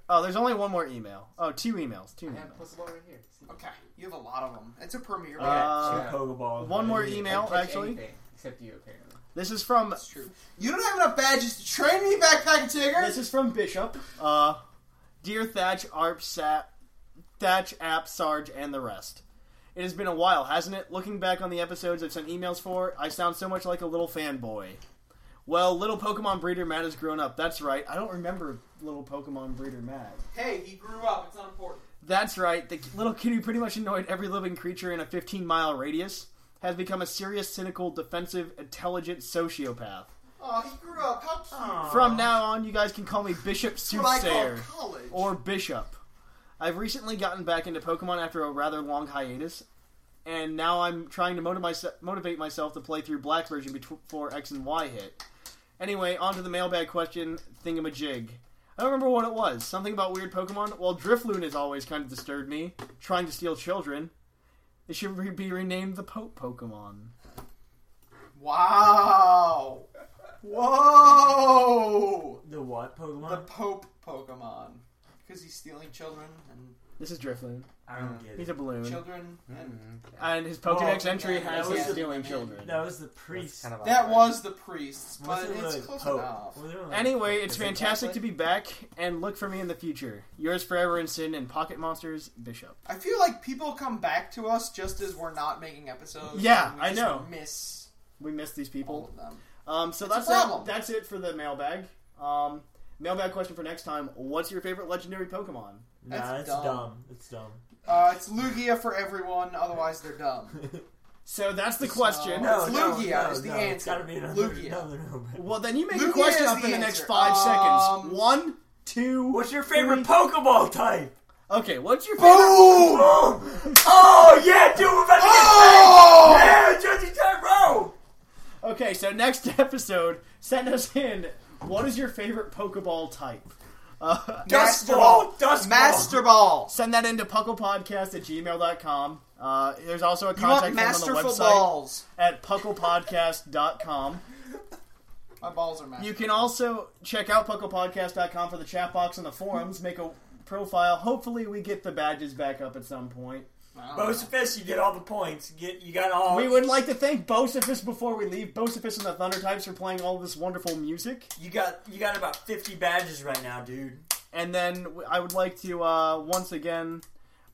C: Oh, there's only one more email. Oh, two emails. Two
F: yeah,
C: emails.
F: plus one right here. See,
B: Okay, you have a lot of them. It's a premier.
C: Uh,
A: Two Pokeballs.
C: One more
A: buddy.
F: I
C: email,
F: didn't catch
C: actually.
F: anything except you apparently.
C: This is from
B: That's true. You don't have enough badges to train me, backpacker tigger.
C: This is from Bishop. Uh, Dear Thatch, Arp, Sap, Thatch, App, Sarge, and the rest. It has been a while, hasn't it? Looking back on the episodes I've sent emails for, I sound so much like a little fanboy. Well, little Pokemon breeder Matt has grown up. That's right. I don't remember little Pokemon breeder Matt.
B: hey, he grew up. It's not important.
C: That's right. The little kid who pretty much annoyed every living creature in a 15 mile radius has become a serious, cynical, defensive, intelligent sociopath.
B: Oh, he grew up. How cute.
C: From now on, you guys can call me Bishop
B: That's what I
C: Soothsayer
B: call college.
C: or Bishop. I've recently gotten back into Pokemon after a rather long hiatus, and now I'm trying to motiv- myse- motivate myself to play through Black version bet- before X and Y hit. Anyway, on to the mailbag question thingamajig. I don't remember what it was. Something about weird Pokemon? Well, Drifloon has always kind of disturbed me, trying to steal children. It should re- be renamed the Pope Pokemon.
B: wow. Whoa.
A: The what Pokemon?
B: The Pope Pokemon. Because he's stealing children and
C: This is Drifloon.
A: I don't get it.
C: He's a balloon.
B: children and
C: And his Pokedex
A: Well,
C: entry
A: that
C: has
A: was
C: him
A: the-
C: stealing children.
A: That was the priest.
F: Kind of
B: that
F: awkward.
B: was the priest, but
A: Wasn't
B: it's
A: the
B: close
A: Pope.
B: enough.
A: Wasn't it like-
C: Anyway, it's
A: Is it
C: fantastic
A: Catholic?
C: to be back, and look for me in the future. Yours forever in sin and Pocket Monsters, Bishop.
B: I feel like people come back to us just as we're not making episodes.
C: Yeah,
B: and we
C: I
B: just
C: know.
B: Miss
C: We miss these
B: all
C: people.
B: of them.
C: Um, so
B: It's a
C: that's
B: problem.
C: it. That's it for the mailbag. Um, mailbag question for next time: What's your favorite legendary Pokemon?
A: Nah,
B: That's
A: it's
B: dumb.
A: dumb. It's dumb.
B: Uh, it's Lugia for everyone, otherwise they're dumb.
C: So that's the question.
B: No. It's Lugia is the
A: It's gotta
B: answer.
A: be another,
B: Lugia.
A: another Pokemon.
C: Well, then you make
B: Lugia
C: a question
B: is
C: up
B: the
C: in the next
B: answer.
C: five
B: Um,
C: seconds. One, two.
A: What's your favorite
C: three.
A: Pokeball type?
C: Okay, what's your favorite?
A: Oh, oh yeah, dude, we're about to get
B: Oh!
A: Yeah, Judgy Tyrone.
C: Okay, so next [LAUGHS] episode, send us in. What is your favorite Pokeball type? Uh,
B: Dust
A: Master
B: Ball!
A: Ball, [LAUGHS] Oh, Dust
B: Master Ball!
C: send that into pucklepodcast at gmail.com. Uh, there's also a
B: You want
C: contact form on the
B: masterful
C: website
B: balls!
C: at pucklepodcast.com.
B: My balls are masterful.
C: You can also check out pucklepodcast.com for the chat box and the forums. Make a profile. Hopefully, we get the badges back up at some point.
B: Uh-huh.
A: Most fish, you get all the points. Get you got all.
C: We would like to thank Bosifus before we leave. Bosifus and the Thunder Types for playing all this wonderful music.
A: You got you got about fifty badges right now, dude.
C: And then w- I would like to uh, once again.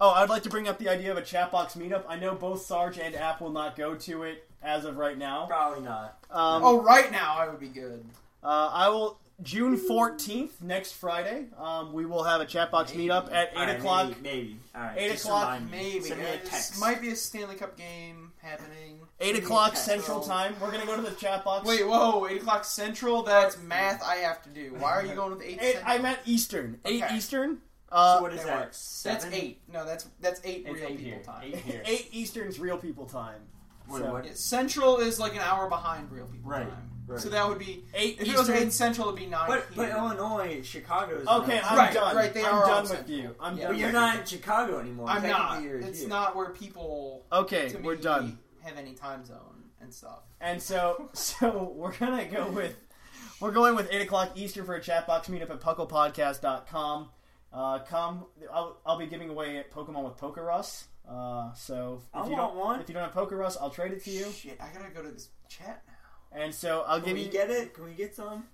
C: Oh, I would like to bring up the idea of a chat box meetup. I know both Sarge and App will not go to it as of right now.
A: Probably not.
C: Um,
B: Oh, right now I would be good.
C: Uh, I will June fourteenth, next Friday, um, we will have a chat box meetup at eight
A: All right, maybe-
C: o'clock.
A: Maybe. All right.
C: Eight
A: just
C: o'clock,
A: remind me.
B: Maybe. Uh,
A: Send me a
B: This
A: text.
B: might be a Stanley Cup game happening.
C: Eight o'clock Central Time. We're gonna go to the chat box.
B: Wait, whoa, 8 o'clock Central? That's math I have to do. Why
A: [LAUGHS]
B: are you going with 8
C: Eight,
B: Central?
C: I meant Eastern. Eight
B: Okay.
C: Eastern. Uh,
A: So what is
B: that
A: that?
B: works. That's
A: Seven?
B: 8. No, that's that's 8
A: It's
B: real
A: eight
B: people
A: here.
B: time. [LAUGHS]
A: Eight here.
C: [LAUGHS] Eight Eastern's real people time.
A: Wait,
C: So-
A: what?
B: Yeah, Central is like an hour behind real people
A: Right,
B: time.
A: right.
B: So that would be
C: Eight
B: if it was
C: Eastern.
B: eight central, it'd be nine.
A: But
B: here.
A: but Illinois, Chicago is
C: Okay,
A: not-
C: I'm
B: Right,
C: done.
B: right, they
C: I'm
B: are all
C: done with
B: Central.
C: you. I'm
B: Yeah.
C: done.
A: But you're
C: with
A: not in Chicago anymore.
B: I'm not.
A: Technically, you're
B: It's
A: here.
B: not where people.
C: you. Okay,
B: to
C: we're
B: me,
C: done.
B: Have any time zone and stuff.
C: And so, [LAUGHS] so we're gonna go with we're going with eight o'clock Eastern for a chat box meetup at pucklepodcast.com. Uh, come, I'll, I'll be giving away Pokemon with Poker Russ. Uh, so if
A: I
C: you
A: want
C: don't
A: one.
C: if you don't have Poker Russ, I'll trade it to you.
B: Shit, I gotta go to this chat now.
C: And so I'll
A: Can
C: give
A: we
C: you
A: get it? Can we get some?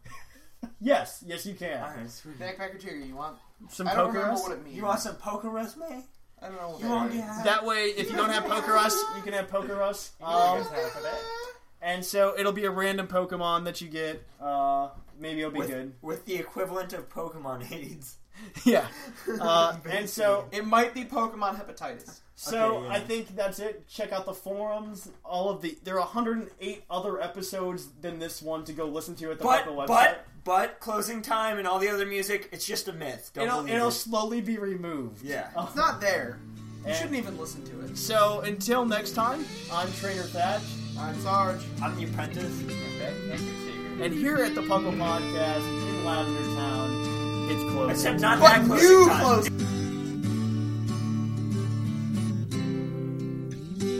C: yes, yes you can
A: All right, sweet.
B: Backpacker Tigger, you want?
C: some
B: I don't
C: Poker
B: remember
C: Russ.
B: what it means.
A: You want some poker resume?
B: I don't know what
A: You
B: that
A: want
B: is.
A: to
C: That way, if you don't have Poker Russ, you can have Poker Russ. Um, and so it'll be a random Pokemon that you get. Uh, maybe it'll be
A: with, [LAUGHS]
C: good.
A: with the equivalent of Pokemon [LAUGHS] AIDS.
C: Yeah. Uh, and so
B: It might be Pokemon hepatitis.
C: So
A: Okay, yeah.
C: I think that's it. Check out the forums. All of the there are 108 other episodes than this one to go listen to at the
A: But
C: Huckle website.
A: but but closing time and all the other music, it's just a myth. Don't
C: it'll
A: believe
C: it'll
A: it.
C: slowly be removed.
A: Yeah.
C: [LAUGHS]
B: It's not there. You
C: And-
B: shouldn't even listen to it.
C: So until next time, I'm Trainer Thatch,
B: I'm Sarge.
A: I'm the apprentice.
C: and here at the Puckle Podcast in Lavender Town, it's closed.
A: Except not
B: But
A: that closing
B: you
A: time.
B: close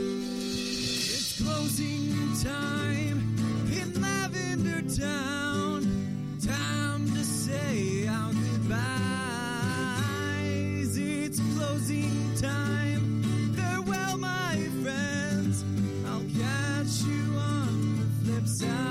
D: It's closing time in Lavender Town. Time to say our goodbyes. It's closing time. Farewell, my friends. I'll catch you on the flip side.